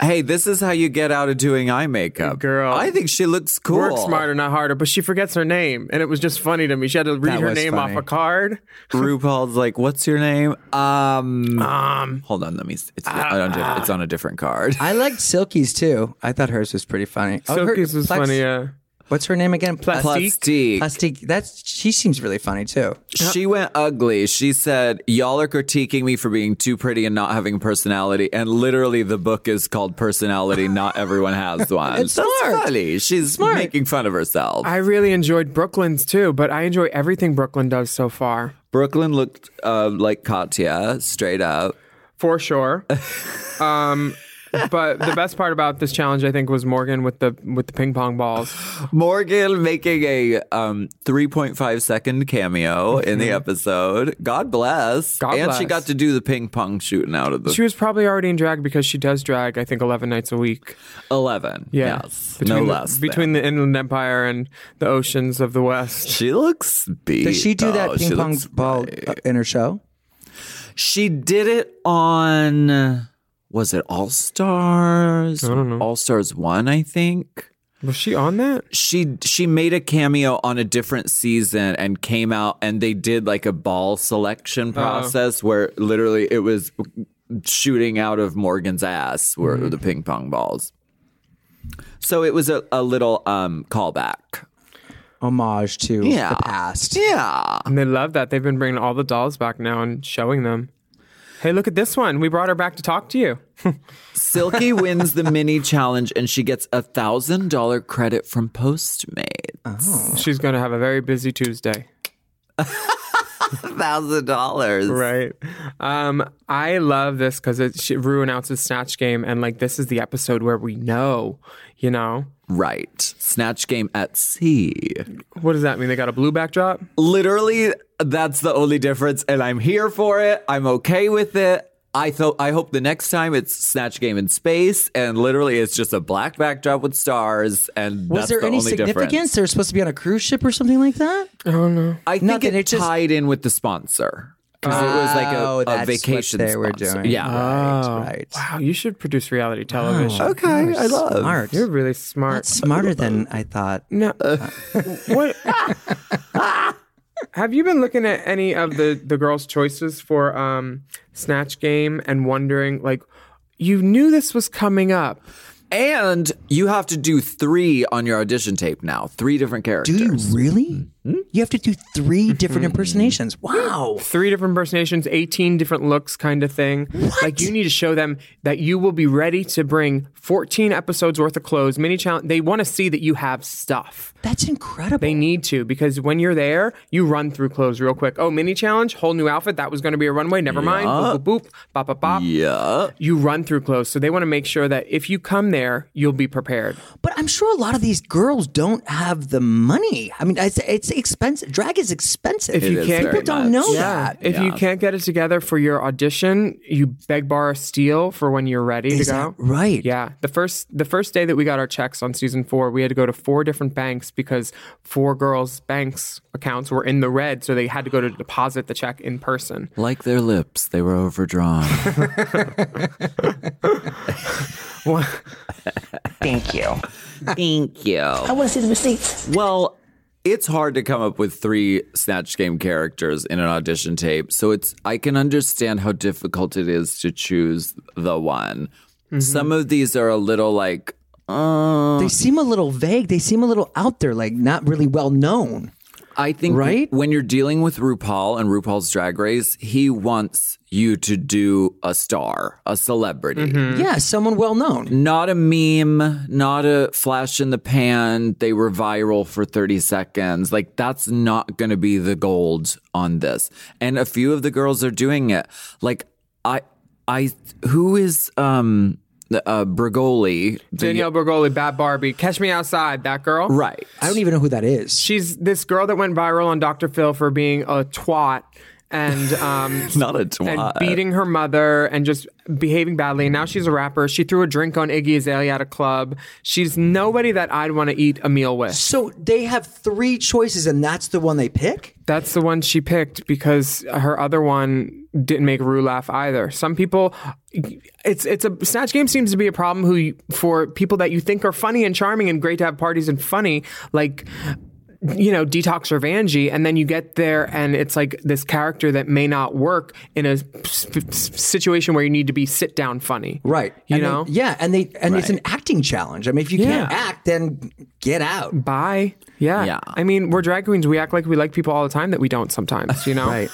[SPEAKER 3] Hey, this is how you get out of doing eye makeup.
[SPEAKER 4] Girl.
[SPEAKER 3] I think she looks cool.
[SPEAKER 4] Work smarter, not harder. But she forgets her name, and it was just funny to me. She had to read
[SPEAKER 5] That
[SPEAKER 4] her
[SPEAKER 5] was
[SPEAKER 4] name
[SPEAKER 5] funny.
[SPEAKER 4] off a card.
[SPEAKER 3] RuPaul's like, what's your name? Um, hold on, let me. It's,
[SPEAKER 4] uh,
[SPEAKER 3] I don't do it. it's on a different card.
[SPEAKER 5] I liked Silky's too. I thought hers was pretty funny. Oh, her-
[SPEAKER 4] Silky's was
[SPEAKER 5] Plex-
[SPEAKER 4] funny. Yeah,
[SPEAKER 5] What's her name again? Plex-
[SPEAKER 3] Plastique.
[SPEAKER 5] Plastique. That's she seems really funny too.
[SPEAKER 3] She went ugly. She said, Y'all are critiquing me for being too pretty and not having personality. And literally, the book is called Personality Not Everyone Has One.
[SPEAKER 5] It's
[SPEAKER 3] That's
[SPEAKER 5] smart.
[SPEAKER 3] funny. She's making fun of herself.
[SPEAKER 4] I really enjoyed Brooklyn's too, but I enjoy everything Brooklyn does so far,
[SPEAKER 3] Brooklyn looked uh, like Katya, straight up.
[SPEAKER 4] for sure. um, but the best part about this challenge, I think, was Morgan with the with the ping pong balls.
[SPEAKER 3] Morgan making a um, 3.5 second cameo in the episode. God bless.
[SPEAKER 4] God
[SPEAKER 3] and she
[SPEAKER 4] bless.
[SPEAKER 3] got to do the ping pong shooting out of the
[SPEAKER 4] She was probably already in drag because she does drag. I think eleven nights a week.
[SPEAKER 3] 11.
[SPEAKER 4] Yeah.
[SPEAKER 3] Yes.
[SPEAKER 4] Between
[SPEAKER 3] no
[SPEAKER 4] the,
[SPEAKER 3] less. than.
[SPEAKER 4] Between the Inland Empire and the oceans of the West.
[SPEAKER 3] She looks beat.
[SPEAKER 5] Does she do
[SPEAKER 3] though.
[SPEAKER 5] that
[SPEAKER 3] She
[SPEAKER 5] ping pong
[SPEAKER 3] looks
[SPEAKER 5] ball uh, in her show?
[SPEAKER 3] She did it on was it All Stars? I don't know. All Stars One, I think.
[SPEAKER 4] Was she on that?
[SPEAKER 3] She she made a cameo on a different season and came out and they did like a ball selection process where literally it was shooting out of Morgan's ass were the ping pong balls. So it was a, a little um callback.
[SPEAKER 5] Homage to
[SPEAKER 3] Yeah.
[SPEAKER 5] the past.
[SPEAKER 3] Yeah.
[SPEAKER 4] And they love that. They've been bringing all the dolls back now and showing them. Hey, look at this one. We brought her back to talk to you.
[SPEAKER 3] Silky wins the mini challenge and she gets a thousand dollar credit from Postmates.
[SPEAKER 4] She's going to have a very busy Tuesday.
[SPEAKER 3] thousand dollars.
[SPEAKER 4] Right. Um, I love this because it she, Rue announces Snatch Game, and like this is the episode where we know, you know,
[SPEAKER 3] Right. Snatch game at sea.
[SPEAKER 4] what does that mean? They got a blue backdrop.
[SPEAKER 3] Literally, that's the only difference, and I'm here for it. I'm okay with it. I thought I hope the next time it's Snatch Game in space, and literally it's just a black backdrop with stars, and
[SPEAKER 5] Was
[SPEAKER 3] that's
[SPEAKER 5] there
[SPEAKER 3] the
[SPEAKER 5] any
[SPEAKER 3] only
[SPEAKER 5] significance?
[SPEAKER 3] difference.
[SPEAKER 5] They're supposed to be on a cruise ship or something like that.
[SPEAKER 3] I think
[SPEAKER 5] Nothing,
[SPEAKER 3] it,
[SPEAKER 5] it just-
[SPEAKER 3] tied in with the sponsor because it was like
[SPEAKER 5] Oh,
[SPEAKER 3] a- a,
[SPEAKER 5] that's what
[SPEAKER 3] vacation.
[SPEAKER 5] they were
[SPEAKER 3] sponsor.
[SPEAKER 5] doing.
[SPEAKER 3] yeah.
[SPEAKER 5] right.
[SPEAKER 4] Wow, you should produce reality television.
[SPEAKER 3] okay, I love.
[SPEAKER 5] Oh, Smart.
[SPEAKER 4] You're really smart.
[SPEAKER 5] That's smarter than I thought.
[SPEAKER 4] No. what? Have you been looking at any of the the girls' choices for um, Snatch Game and wondering like, you knew this was coming up?
[SPEAKER 3] And you have to do three on your audition tape now. Three different characters.
[SPEAKER 5] Do you really? You have to do three different impersonations. Wow.
[SPEAKER 4] Three different impersonations, eighteen different looks, kind of thing. Like you need to show them that you will be ready to bring fourteen episodes worth of clothes, mini challenge. They want to see that you have stuff.
[SPEAKER 5] That's incredible.
[SPEAKER 4] They need to because when you're there, you run through clothes real quick. Oh, mini challenge, whole new outfit. That was going to be a runway. Never mind. Boop, boop, boop, bop, bop, bop.
[SPEAKER 3] Yeah.
[SPEAKER 4] you run through clothes. So they want to make sure that if you come there, you'll be prepared.
[SPEAKER 5] But I'm sure a lot of these girls don't have the money. I mean, it's, it's expensive. Drag is expensive.
[SPEAKER 4] If you
[SPEAKER 3] is
[SPEAKER 4] can't,
[SPEAKER 3] very
[SPEAKER 5] people don't
[SPEAKER 3] much.
[SPEAKER 5] know
[SPEAKER 4] yeah.
[SPEAKER 5] that.
[SPEAKER 4] If you can't get it together for your audition, you beg, borrow, steal for when you're ready
[SPEAKER 5] Is
[SPEAKER 4] to go.
[SPEAKER 5] that right?
[SPEAKER 4] Yeah. The first the first day that we got our checks on season four, we had to go to four different banks because four girls' banks accounts were in the red, so they had to go to deposit the check in person.
[SPEAKER 3] Like their lips, they were overdrawn.
[SPEAKER 1] Thank you.
[SPEAKER 3] Thank you.
[SPEAKER 1] want to see the receipts.
[SPEAKER 3] Well, it's hard to come up with three Snatch Game characters in an audition tape. So it's I can understand how difficult it is to choose the one. Some of these are a little like uh,
[SPEAKER 5] They seem a little vague. They seem a little out there, like not really well known.
[SPEAKER 3] I think
[SPEAKER 5] Right?
[SPEAKER 3] when you're dealing with RuPaul and RuPaul's Drag Race, he wants you to do a star, a celebrity.
[SPEAKER 5] Yeah, someone well known.
[SPEAKER 3] Not a meme, not a flash in the pan. They were viral for 30 seconds. Like, that's not going to be the gold on this. And a few of the girls are doing it. Like, I, I who is um the, uh Brigoli the-
[SPEAKER 4] Danielle Bergoli, Bad Barbie, Catch Me Outside, that girl.
[SPEAKER 3] right
[SPEAKER 5] I don't even know who that is.
[SPEAKER 4] She's this girl that went viral on Dr. Phil for being a twat and um
[SPEAKER 3] not a twat
[SPEAKER 4] and beating her mother and just behaving badly. And now she's a rapper. She threw a drink on Iggy Azalea at a club. She's nobody that I'd want to eat a meal with.
[SPEAKER 5] So they have three choices, and that's the one they pick.
[SPEAKER 4] That's the one she picked because her other one didn't make Rue laugh either. Some people, it's it's a snatch game seems to be a problem who you- for people that you think are funny and charming and great to have parties and funny like. You know, detox or Vanjie, and then you get there, and it's like this character that may not work in a sp- s- situation where you need to be sit down funny,
[SPEAKER 5] Right.
[SPEAKER 4] You
[SPEAKER 5] And they-
[SPEAKER 4] know,
[SPEAKER 5] yeah, and they and it's an acting challenge. I mean, if you can't
[SPEAKER 4] Yeah.
[SPEAKER 5] act, then get out.
[SPEAKER 4] Bye. Yeah.
[SPEAKER 3] Yeah.
[SPEAKER 4] I mean, we're drag queens. We act like we like people all the time that we don't sometimes, you know?
[SPEAKER 5] Right.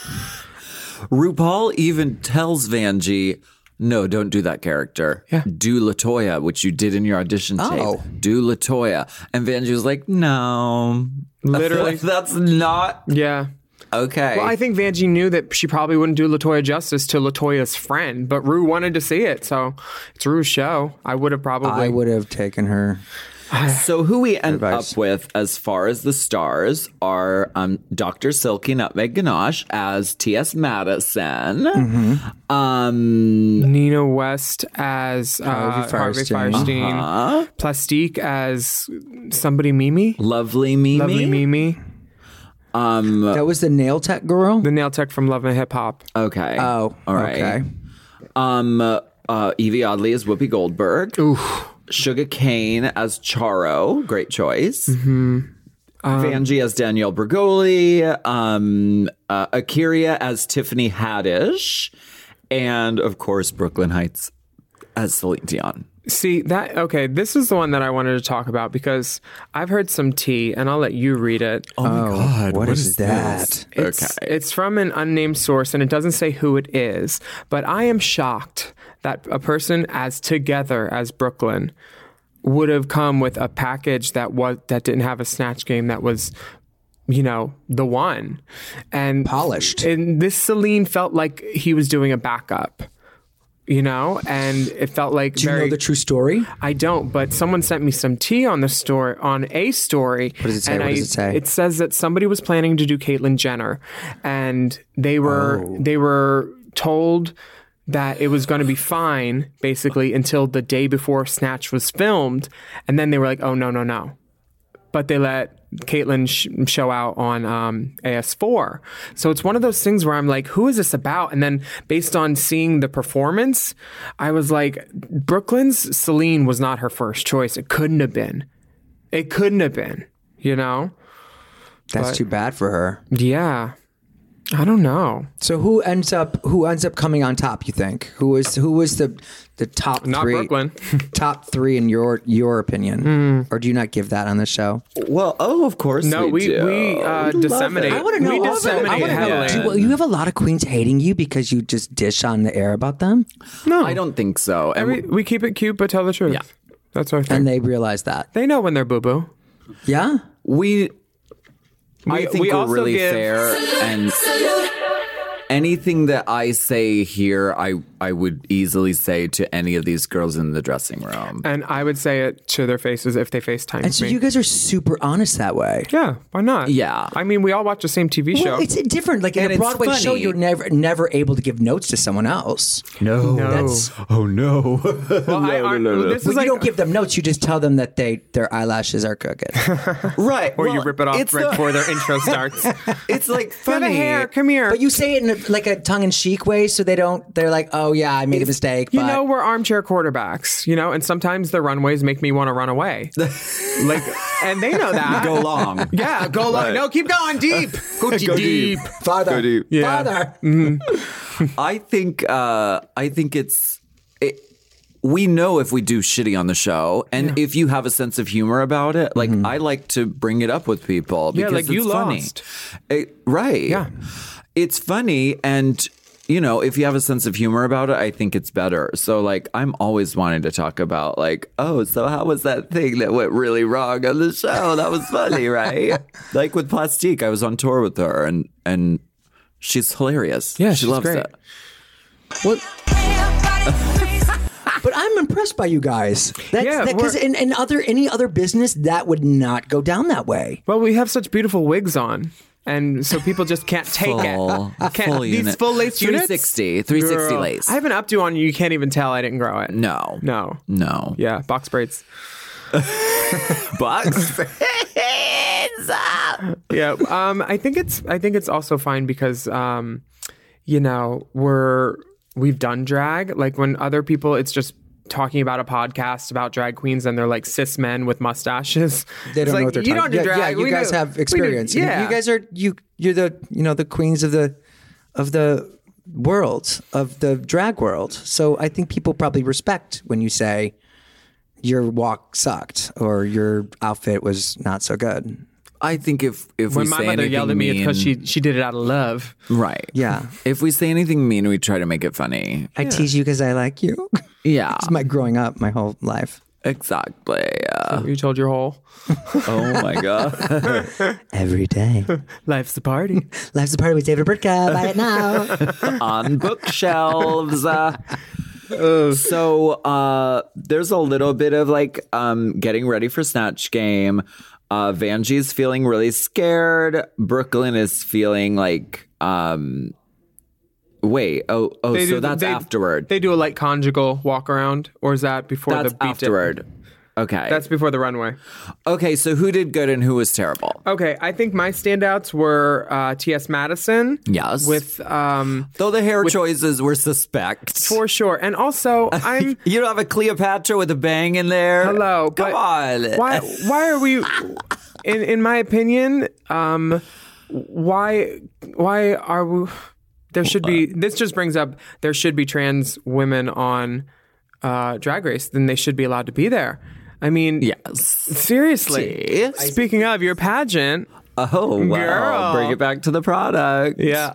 [SPEAKER 3] RuPaul even tells Vanjie, no, don't do that character.
[SPEAKER 4] Yeah.
[SPEAKER 3] Do Latoya, which you did in your audition tape.
[SPEAKER 5] Oh.
[SPEAKER 3] Do Latoya. And Vanjie was like, no.
[SPEAKER 4] Literally.
[SPEAKER 3] That's not
[SPEAKER 4] Yeah.
[SPEAKER 3] okay.
[SPEAKER 4] Well, I think Vanjie knew that she probably wouldn't do Latoya justice to Latoya's friend, but Rue wanted to see it. So it's Rue's show. I would have probably.
[SPEAKER 5] I would have taken her.
[SPEAKER 3] so who we end
[SPEAKER 5] Advice.
[SPEAKER 3] up with as far as the stars are um, Dr. Silky Nutmeg Ganache as T.S. Madison.
[SPEAKER 4] Mm-hmm.
[SPEAKER 3] Um,
[SPEAKER 4] Nina West as uh,
[SPEAKER 5] Harvey
[SPEAKER 4] Harvey
[SPEAKER 5] Firestein. Uh-huh.
[SPEAKER 4] Firestein. Plastique as somebody Mimi.
[SPEAKER 3] lovely Mimi.
[SPEAKER 4] Lovely Mimi.
[SPEAKER 5] that was the nail tech girl.
[SPEAKER 4] The nail tech from Love and Hip Hop.
[SPEAKER 3] Okay.
[SPEAKER 5] oh,
[SPEAKER 3] all right.
[SPEAKER 5] Okay.
[SPEAKER 3] Um, uh, Evie Oddly as Whoopi Goldberg. Sugar Kane as Charo. Great choice.
[SPEAKER 5] Mm-hmm. Um,
[SPEAKER 3] Vanjie as Danielle Bergoli. Um, uh, Akiria as Tiffany Haddish. And of course, Brooklyn Heights as Celine Dion.
[SPEAKER 4] See that okay, this is the one that I wanted to talk about because I've heard some tea and I'll let you read it.
[SPEAKER 5] Oh what is, that?
[SPEAKER 4] It's, it's from an unnamed source and it doesn't say who it is, but I am shocked that a person as together as Brooklyn would have come with a package that was that didn't have a snatch game that was you know the one and
[SPEAKER 5] Polished.
[SPEAKER 4] and this Celine felt like he was doing a backup you know and it felt like
[SPEAKER 5] Do you
[SPEAKER 4] very
[SPEAKER 5] know the true story?
[SPEAKER 4] I don't, but someone sent me some tea on the story on a story. What
[SPEAKER 5] does it say? What does it say?
[SPEAKER 4] It says that somebody was planning to do Caitlyn Jenner, and they were
[SPEAKER 5] Oh.
[SPEAKER 4] they were told that it was going to be fine basically until the day before Snatch was filmed, and then they were like, "Oh no, no, no." but they let Caitlyn sh- show out on um, AS4. So it's one of those things where I'm like, who is this about? And then based on seeing the performance, I was like, Brooklyn's Celine was not her first choice. It couldn't have been. It couldn't have been, you know?
[SPEAKER 5] That's too bad for her.
[SPEAKER 4] Yeah. I don't know.
[SPEAKER 5] So who ends up who ends up coming on top? You think who is who was the the top
[SPEAKER 4] Not
[SPEAKER 5] three?
[SPEAKER 4] Brooklyn.
[SPEAKER 5] top three in your your opinion, or do you not give that on the show?
[SPEAKER 3] Well, oh, of course.
[SPEAKER 4] No, we,
[SPEAKER 3] do.
[SPEAKER 4] we uh, disseminate.
[SPEAKER 5] I want to know.
[SPEAKER 4] We
[SPEAKER 5] I wanna- I
[SPEAKER 4] disseminate
[SPEAKER 5] wanna know-
[SPEAKER 4] heavily.
[SPEAKER 5] Do- well, you have a lot of queens hating you because you just dish on the air about them,
[SPEAKER 3] I don't think so. And
[SPEAKER 4] we, we keep it cute, but tell the truth. Yeah. That's our thing.
[SPEAKER 5] and
[SPEAKER 4] They,
[SPEAKER 5] they realize that.
[SPEAKER 4] know when they're boo boo.
[SPEAKER 5] Yeah,
[SPEAKER 3] we I
[SPEAKER 4] We-
[SPEAKER 3] think
[SPEAKER 4] we
[SPEAKER 3] we are
[SPEAKER 4] also
[SPEAKER 3] really
[SPEAKER 4] give-
[SPEAKER 3] fair and anything that I say here I I would easily say to any of these girls in the dressing room.
[SPEAKER 4] And I would say it to their faces if they FaceTime
[SPEAKER 5] and so
[SPEAKER 4] me.
[SPEAKER 5] you guys are super honest that way.
[SPEAKER 4] Yeah, why not?
[SPEAKER 3] Yeah.
[SPEAKER 4] I mean, we all watch the same TV show.
[SPEAKER 5] Well, it's different. Like in
[SPEAKER 3] And
[SPEAKER 5] a
[SPEAKER 3] it's
[SPEAKER 5] Broadway show,
[SPEAKER 3] funny.
[SPEAKER 5] you're never never able to give notes to someone else.
[SPEAKER 3] No.
[SPEAKER 4] That's-
[SPEAKER 3] Oh no. no,
[SPEAKER 4] I- I- this
[SPEAKER 5] Well,
[SPEAKER 4] is like,
[SPEAKER 5] you don't give them notes. You just tell them that they their eyelashes are crooked.
[SPEAKER 3] right.
[SPEAKER 4] or you
[SPEAKER 3] well,
[SPEAKER 4] rip it off right
[SPEAKER 3] it's the-
[SPEAKER 4] before their intro starts.
[SPEAKER 3] It's like
[SPEAKER 4] Have a
[SPEAKER 3] funny.
[SPEAKER 4] hair, come here.
[SPEAKER 5] but you say it in a, like a tongue in cheek way, so they don't. They're like, "Oh yeah, I made a mistake."
[SPEAKER 4] You
[SPEAKER 5] but
[SPEAKER 4] know, we're armchair quarterbacks, you know, and sometimes the runways make me want to run away. like, and they know that.
[SPEAKER 3] Go long.
[SPEAKER 4] Yeah, go long. No, keep going deep. Go, deep. deep.
[SPEAKER 5] father,
[SPEAKER 3] deep.
[SPEAKER 4] Yeah.
[SPEAKER 5] father.
[SPEAKER 3] I think uh, I think it's it, we know if we do shitty on the show, and if you have a sense of humor about it, like I like to bring it up with people
[SPEAKER 4] Mm-hmm. Yeah,
[SPEAKER 3] because
[SPEAKER 4] like,
[SPEAKER 3] it's
[SPEAKER 4] you
[SPEAKER 3] funny,
[SPEAKER 4] lost.
[SPEAKER 3] It- right?
[SPEAKER 4] Yeah.
[SPEAKER 3] it's funny, and you know if you have a sense of humor about it, I think it's better. So like I'm always wanting to talk about like oh, so how was that thing that went really wrong on the show? That was funny, right? like with Plastique, I was on tour with her, and and she's hilarious.
[SPEAKER 4] Yeah,
[SPEAKER 3] she
[SPEAKER 4] she's
[SPEAKER 3] loves
[SPEAKER 4] great.
[SPEAKER 3] it.
[SPEAKER 5] What?
[SPEAKER 2] Hey,
[SPEAKER 5] But I'm impressed by you guys. That's,
[SPEAKER 4] Yeah,
[SPEAKER 5] because
[SPEAKER 4] we're-
[SPEAKER 5] in, in other any other business that would not go down that way.
[SPEAKER 4] Well, we have such beautiful wigs on. And so people just can't take
[SPEAKER 3] Full-
[SPEAKER 4] it. Can't,
[SPEAKER 3] full
[SPEAKER 4] Uh, these
[SPEAKER 3] unit.
[SPEAKER 4] full lace units?
[SPEAKER 3] 360, 360 lace.
[SPEAKER 4] I have an updo on you. You can't even tell I didn't grow it.
[SPEAKER 3] No.
[SPEAKER 4] No.
[SPEAKER 3] No.
[SPEAKER 4] Yeah, box braids.
[SPEAKER 3] Box?
[SPEAKER 4] yeah. Um, I think it's I think it's also fine because um, you know, we're we've done drag. Like when other people it's just talking about a podcast about drag queens and they're like cis men with mustaches.
[SPEAKER 5] They don't
[SPEAKER 4] It's
[SPEAKER 5] know
[SPEAKER 4] like,
[SPEAKER 5] what they're
[SPEAKER 4] you
[SPEAKER 5] talking
[SPEAKER 4] don't do drag.
[SPEAKER 5] Yeah, you
[SPEAKER 4] We
[SPEAKER 5] guys
[SPEAKER 4] do- we
[SPEAKER 5] have
[SPEAKER 4] do-
[SPEAKER 5] experience. You-
[SPEAKER 4] yeah.
[SPEAKER 5] You guys are you you're the you know the queens of the of the world of the drag world. So I think people probably respect when you say your walk sucked or your outfit was not so good.
[SPEAKER 3] I think if if
[SPEAKER 4] when
[SPEAKER 3] we
[SPEAKER 4] my
[SPEAKER 3] say
[SPEAKER 4] mother
[SPEAKER 3] anything
[SPEAKER 4] yelled at me it's
[SPEAKER 3] mean,
[SPEAKER 4] because she she did it out of love.
[SPEAKER 3] right,
[SPEAKER 5] Yeah.
[SPEAKER 3] If we say anything mean, we try to make it funny.
[SPEAKER 5] I tease you because I like you.
[SPEAKER 3] Yeah,
[SPEAKER 5] it's my growing up, my whole life.
[SPEAKER 3] exactly. Yeah.
[SPEAKER 4] You told your whole
[SPEAKER 3] oh my god.
[SPEAKER 5] Every day.
[SPEAKER 4] life's the party.
[SPEAKER 5] Life's a party with David Britka. Buy it now.
[SPEAKER 3] on bookshelves. Uh, so uh, there's a little bit of like um, getting ready for Snatch Game. Uh, Vanjie's feeling really scared. Brooklyn is feeling like, um, wait, oh, oh, so
[SPEAKER 4] do-
[SPEAKER 3] that's
[SPEAKER 4] they-
[SPEAKER 3] afterward.
[SPEAKER 4] They do a like conjugal walk around, or is that before
[SPEAKER 3] that's
[SPEAKER 4] the beat
[SPEAKER 3] afterward. Okay.
[SPEAKER 4] That's before the runway.
[SPEAKER 3] okay. So who did good and who was terrible?
[SPEAKER 4] Okay, I think my standouts were uh, T.S. Madison.
[SPEAKER 3] Yes.
[SPEAKER 4] With um,
[SPEAKER 3] Though the hair choices were suspect.
[SPEAKER 4] for sure, and also I'm
[SPEAKER 3] you don't have a Cleopatra with a bang in there.
[SPEAKER 4] hello.
[SPEAKER 3] Come
[SPEAKER 4] but
[SPEAKER 3] on.
[SPEAKER 4] Why? Why are we? In in my opinion, um, why why are we? There should be. This just brings up there should be trans women on uh, Drag Race. Then they should be allowed to be there. I mean,
[SPEAKER 3] Yes.
[SPEAKER 4] Seriously. Speaking of your pageant,
[SPEAKER 3] Oh, wow.
[SPEAKER 4] Girl.
[SPEAKER 3] Bring it back to the product.
[SPEAKER 4] yeah,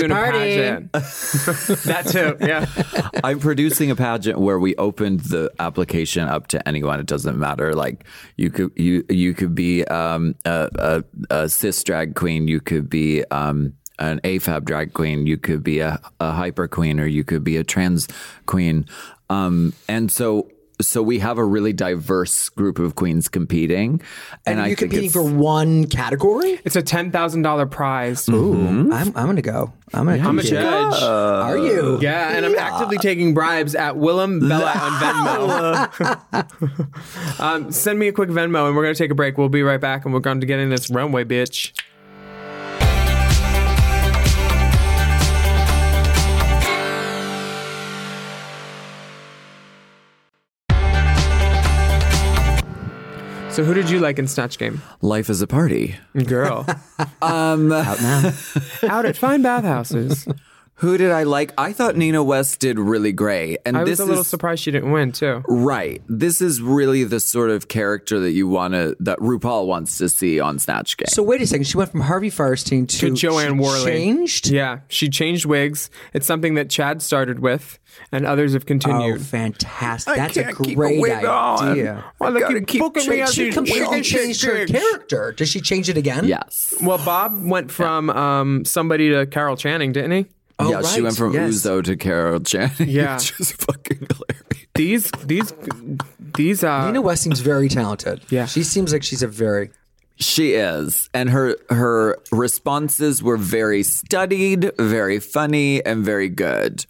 [SPEAKER 5] is a
[SPEAKER 4] doing a
[SPEAKER 5] party.
[SPEAKER 4] pageant. that too. Yeah.
[SPEAKER 3] I'm producing a pageant where we opened the application up to anyone. It doesn't matter. Like you could you you could be um, a, a, a cis drag queen. You could be um, an AFAB drag queen. You could be a, a hyper queen, or you could be a trans queen. Um, and so so we have a really diverse group of queens competing. And, I
[SPEAKER 5] You're
[SPEAKER 3] think
[SPEAKER 5] competing
[SPEAKER 3] it's,
[SPEAKER 5] for one category?
[SPEAKER 4] It's a $10,000 prize.
[SPEAKER 5] I'm, I'm going to go. I'm going to
[SPEAKER 4] Hmm? I'm a judge. Uh,
[SPEAKER 5] Are you?
[SPEAKER 4] yeah, and I'm actively taking bribes at Willem Bella on Venmo. um, send me a quick Venmo and we're going to take a break. We'll be right back and we're going to get in this runway, bitch. So, who did you like in Snatch Game?
[SPEAKER 3] life is a party.
[SPEAKER 4] Girl.
[SPEAKER 3] Um,
[SPEAKER 5] Out now.
[SPEAKER 4] Out at fine bathhouses.
[SPEAKER 3] Who did I like? I thought Nina West did really great. And
[SPEAKER 4] I was
[SPEAKER 3] this
[SPEAKER 4] a little
[SPEAKER 3] is
[SPEAKER 4] surprised she didn't win, too.
[SPEAKER 3] Right. This is really the sort of character that you want to, that RuPaul wants to see on Snatch Game.
[SPEAKER 5] So wait a second. She went from Harvey Firestein to,
[SPEAKER 4] to Joanne
[SPEAKER 5] she
[SPEAKER 4] Worley.
[SPEAKER 5] Changed.
[SPEAKER 4] Yeah, she changed wigs. It's something that Chad started with, and others have
[SPEAKER 5] Oh,
[SPEAKER 4] continued.
[SPEAKER 5] fantastic! That's a
[SPEAKER 3] can't keep a
[SPEAKER 5] great
[SPEAKER 3] wig on.
[SPEAKER 5] idea.
[SPEAKER 4] Well, they
[SPEAKER 3] gotta
[SPEAKER 4] keep
[SPEAKER 3] keep
[SPEAKER 4] booking me
[SPEAKER 3] changing-
[SPEAKER 4] out
[SPEAKER 5] She
[SPEAKER 4] these
[SPEAKER 5] completely
[SPEAKER 4] wigs.
[SPEAKER 5] changed her character. Does she change it again?
[SPEAKER 3] yes.
[SPEAKER 4] Well, Bob went from um, somebody to Carol Channing, didn't he?
[SPEAKER 5] Oh,
[SPEAKER 3] yeah, she
[SPEAKER 5] right.
[SPEAKER 3] went from
[SPEAKER 5] Yes.
[SPEAKER 3] Uzo to Carol Channing.
[SPEAKER 4] Yeah.
[SPEAKER 3] Which is fucking hilarious.
[SPEAKER 4] These, these, these. Uh,
[SPEAKER 5] Nina West seems very talented.
[SPEAKER 4] Yeah.
[SPEAKER 5] she seems like she's a very
[SPEAKER 3] She is. And her, her responses were very studied, very funny, and very good.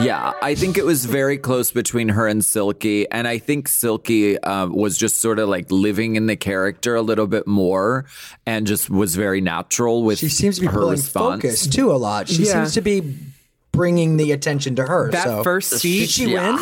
[SPEAKER 3] Yeah, I think it was very close between her and Silky, and I think Silky uh, was just sort of like living in the character a little bit more, and just was very natural with
[SPEAKER 5] She seems to be
[SPEAKER 3] her
[SPEAKER 5] pulling
[SPEAKER 3] response.
[SPEAKER 5] focus too a lot. She
[SPEAKER 4] Yeah.
[SPEAKER 5] seems to be bringing the attention to her.
[SPEAKER 4] that
[SPEAKER 5] so.
[SPEAKER 4] first
[SPEAKER 5] did
[SPEAKER 4] seat.
[SPEAKER 5] she win?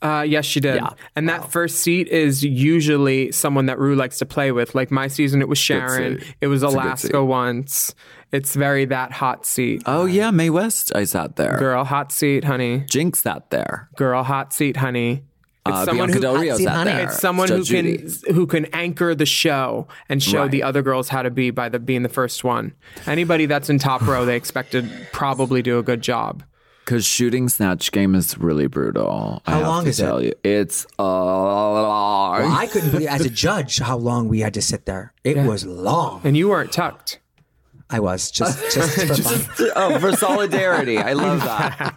[SPEAKER 4] Uh, yes, she did. And that first seat is usually someone that Rue likes to play with. Like my season, it was Sharon.
[SPEAKER 3] seat.
[SPEAKER 4] It was
[SPEAKER 3] It's a good
[SPEAKER 4] Alaska
[SPEAKER 3] seat.
[SPEAKER 4] once. It's very that hot seat.
[SPEAKER 3] Oh yeah, May West, I sat there.
[SPEAKER 4] Girl, hot seat, honey.
[SPEAKER 3] Jinx sat there.
[SPEAKER 4] Girl, hot seat, honey. It's
[SPEAKER 3] Uh,
[SPEAKER 4] someone
[SPEAKER 3] Bianca
[SPEAKER 4] who
[SPEAKER 3] Del Rio
[SPEAKER 5] Hotseat
[SPEAKER 3] sat
[SPEAKER 5] Honey.
[SPEAKER 3] there.
[SPEAKER 4] It's someone
[SPEAKER 3] Judge
[SPEAKER 4] who can
[SPEAKER 3] Judy.
[SPEAKER 4] who can anchor the show and show the other girls how to be by the being the first one. Anybody that's in top row, they expected probably do a good job.
[SPEAKER 3] Because shooting snatch game is really brutal. I
[SPEAKER 5] How
[SPEAKER 3] have
[SPEAKER 5] long
[SPEAKER 3] to
[SPEAKER 5] is it?
[SPEAKER 3] tell You. It's a long.
[SPEAKER 5] Well, I couldn't believe, as a judge, how long we had to sit there. It was long.
[SPEAKER 4] And you weren't tucked.
[SPEAKER 5] I was just just for fun.
[SPEAKER 3] oh, for solidarity. I love that.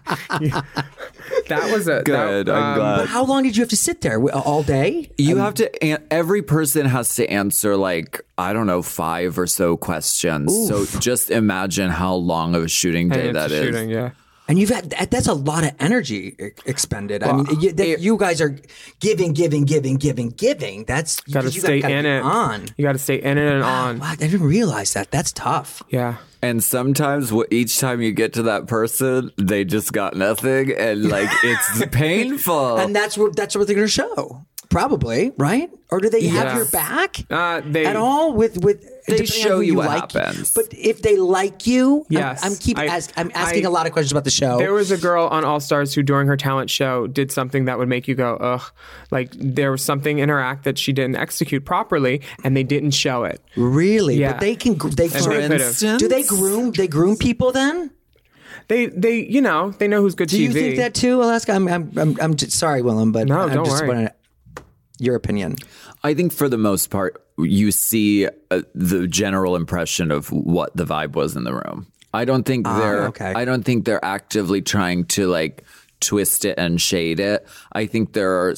[SPEAKER 4] That um, was a
[SPEAKER 3] Good,
[SPEAKER 4] That,
[SPEAKER 3] I'm glad.
[SPEAKER 5] But how long did you have to sit there? W- All day?
[SPEAKER 3] You have to. An- every person has to answer like I don't know five or so questions. So just imagine how long of a shooting
[SPEAKER 4] and
[SPEAKER 3] day
[SPEAKER 4] it's
[SPEAKER 3] that
[SPEAKER 4] a
[SPEAKER 3] is.
[SPEAKER 4] shooting, yeah.
[SPEAKER 5] And you've had that- that's a lot of energy e- expended. I mean, you, that, you guys are giving, giving, giving, giving, giving. That's
[SPEAKER 4] Got to
[SPEAKER 5] you
[SPEAKER 4] stay
[SPEAKER 5] gotta
[SPEAKER 4] in
[SPEAKER 5] be
[SPEAKER 4] it.
[SPEAKER 5] On. Ah,
[SPEAKER 4] You got to stay in it and on.
[SPEAKER 5] Wow, I didn't realize that. That's tough.
[SPEAKER 4] Yeah.
[SPEAKER 3] And sometimes, wh- each time you get to that person, they just got nothing, and like it's
[SPEAKER 4] Oh.
[SPEAKER 3] painful.
[SPEAKER 5] And that's what that's what they're going to show, probably, right? Or do they have
[SPEAKER 4] Yes.
[SPEAKER 5] your back
[SPEAKER 4] Uh, they
[SPEAKER 5] at all? With with depending on
[SPEAKER 3] show
[SPEAKER 5] who
[SPEAKER 3] you what
[SPEAKER 5] like.
[SPEAKER 3] happens.
[SPEAKER 5] But if they like you, I'm-
[SPEAKER 4] Yes.
[SPEAKER 5] I'm, keep
[SPEAKER 4] I-
[SPEAKER 5] ask, I'm asking
[SPEAKER 4] I-
[SPEAKER 5] a lot of questions about the
[SPEAKER 3] Oh.
[SPEAKER 5] show.
[SPEAKER 4] There was a girl on All Stars who, during her talent show, did something that would make you go, ugh. Like there was something in her act that she didn't execute properly, and they didn't show it.
[SPEAKER 5] really,
[SPEAKER 4] Yeah.
[SPEAKER 5] but they can gr- they
[SPEAKER 4] they
[SPEAKER 5] groom.
[SPEAKER 4] could have.
[SPEAKER 5] Do they groom? They groom people then?
[SPEAKER 4] They, they, you know, they know who's good
[SPEAKER 5] Do
[SPEAKER 4] TV.
[SPEAKER 5] you think that too, Alaska? I'm, I'm, I'm, I'm j- sorry, Willem, but
[SPEAKER 4] No,
[SPEAKER 5] I'm
[SPEAKER 4] don't
[SPEAKER 5] just
[SPEAKER 4] worry.
[SPEAKER 5] wanna- your opinion.
[SPEAKER 3] I think for the most part, you see uh, the general impression of what the vibe was in the room. I don't think they're.
[SPEAKER 5] okay.
[SPEAKER 3] I don't think they're actively trying to like twist it and shade it. I think there are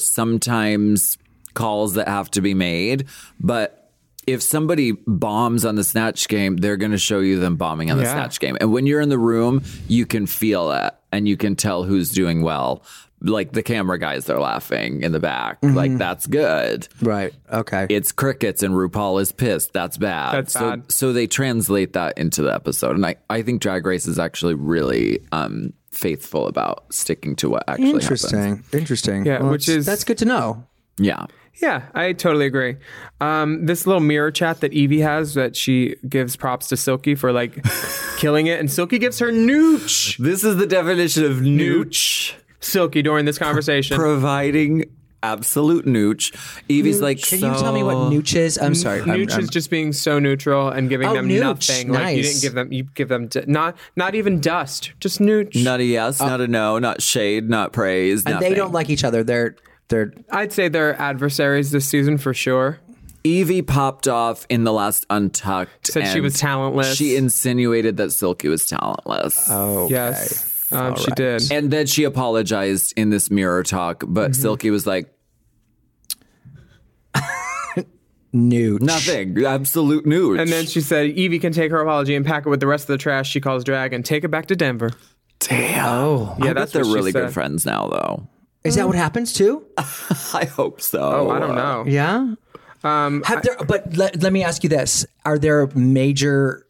[SPEAKER 3] sometimes calls that have to be made, but if somebody bombs on the snatch game, they're going to show you them bombing on the
[SPEAKER 4] Yeah.
[SPEAKER 3] snatch game. And when you're in the room, you can feel it and you can tell who's doing well. Like the camera guys are laughing in the back. Like that's good
[SPEAKER 5] Right. Okay.
[SPEAKER 3] it's crickets and RuPaul is pissed. That's bad.
[SPEAKER 4] That's
[SPEAKER 3] so,
[SPEAKER 4] bad.
[SPEAKER 3] So they translate that into the episode, and I, I think Drag Race is actually really um, faithful about sticking to what actually
[SPEAKER 5] Interesting.
[SPEAKER 3] happens.
[SPEAKER 5] Interesting.
[SPEAKER 4] Yeah, which
[SPEAKER 5] that's-
[SPEAKER 4] is-
[SPEAKER 5] that's good to know.
[SPEAKER 3] Yeah,
[SPEAKER 4] Yeah, I totally agree. Um, this little mirror chat that Evie has that she gives props to Silky for like killing it, and Silky gives her nooch.
[SPEAKER 3] this is the definition of nooch,
[SPEAKER 4] Silky during this conversation.
[SPEAKER 3] providing absolute nooch. Evie's like,
[SPEAKER 5] Can you tell me what
[SPEAKER 3] "So-
[SPEAKER 5] nooch is? I'm sorry. I'm-
[SPEAKER 4] Nooch
[SPEAKER 5] I'm-
[SPEAKER 4] is just being so neutral and giving
[SPEAKER 5] Oh,
[SPEAKER 4] them
[SPEAKER 5] nooch,
[SPEAKER 4] nothing. Like you didn't
[SPEAKER 5] nice.
[SPEAKER 4] give them, you give them d- not not even dust, just nooch.
[SPEAKER 3] Not a yes, not a no, not shade, not praise.
[SPEAKER 5] Uh, and they don't like each other. They're they're
[SPEAKER 4] I'd say they're adversaries this season for sure.
[SPEAKER 3] Evie popped off in the last Untucked.
[SPEAKER 4] Said she
[SPEAKER 3] and
[SPEAKER 4] was talentless.
[SPEAKER 3] She insinuated that Silky was talentless. Oh.
[SPEAKER 4] Yes, um, she did.
[SPEAKER 3] And then she apologized in this mirror talk, but
[SPEAKER 4] Mm-hmm.
[SPEAKER 3] Silky was like,
[SPEAKER 5] nooch.
[SPEAKER 3] nothing, absolute news.
[SPEAKER 4] And then she said Evie can take her apology and pack it with the rest of the trash she calls drag and take it back to Denver.
[SPEAKER 3] damn. Oh,
[SPEAKER 4] Yeah,
[SPEAKER 3] I bet
[SPEAKER 4] that's
[SPEAKER 3] they're
[SPEAKER 4] what she
[SPEAKER 3] really good
[SPEAKER 4] said.
[SPEAKER 3] friends now, though.
[SPEAKER 5] Is that what happens too?
[SPEAKER 3] I hope so.
[SPEAKER 4] Oh, I don't know.
[SPEAKER 5] Yeah. Um, Have there? But let, let me ask you this: Are there major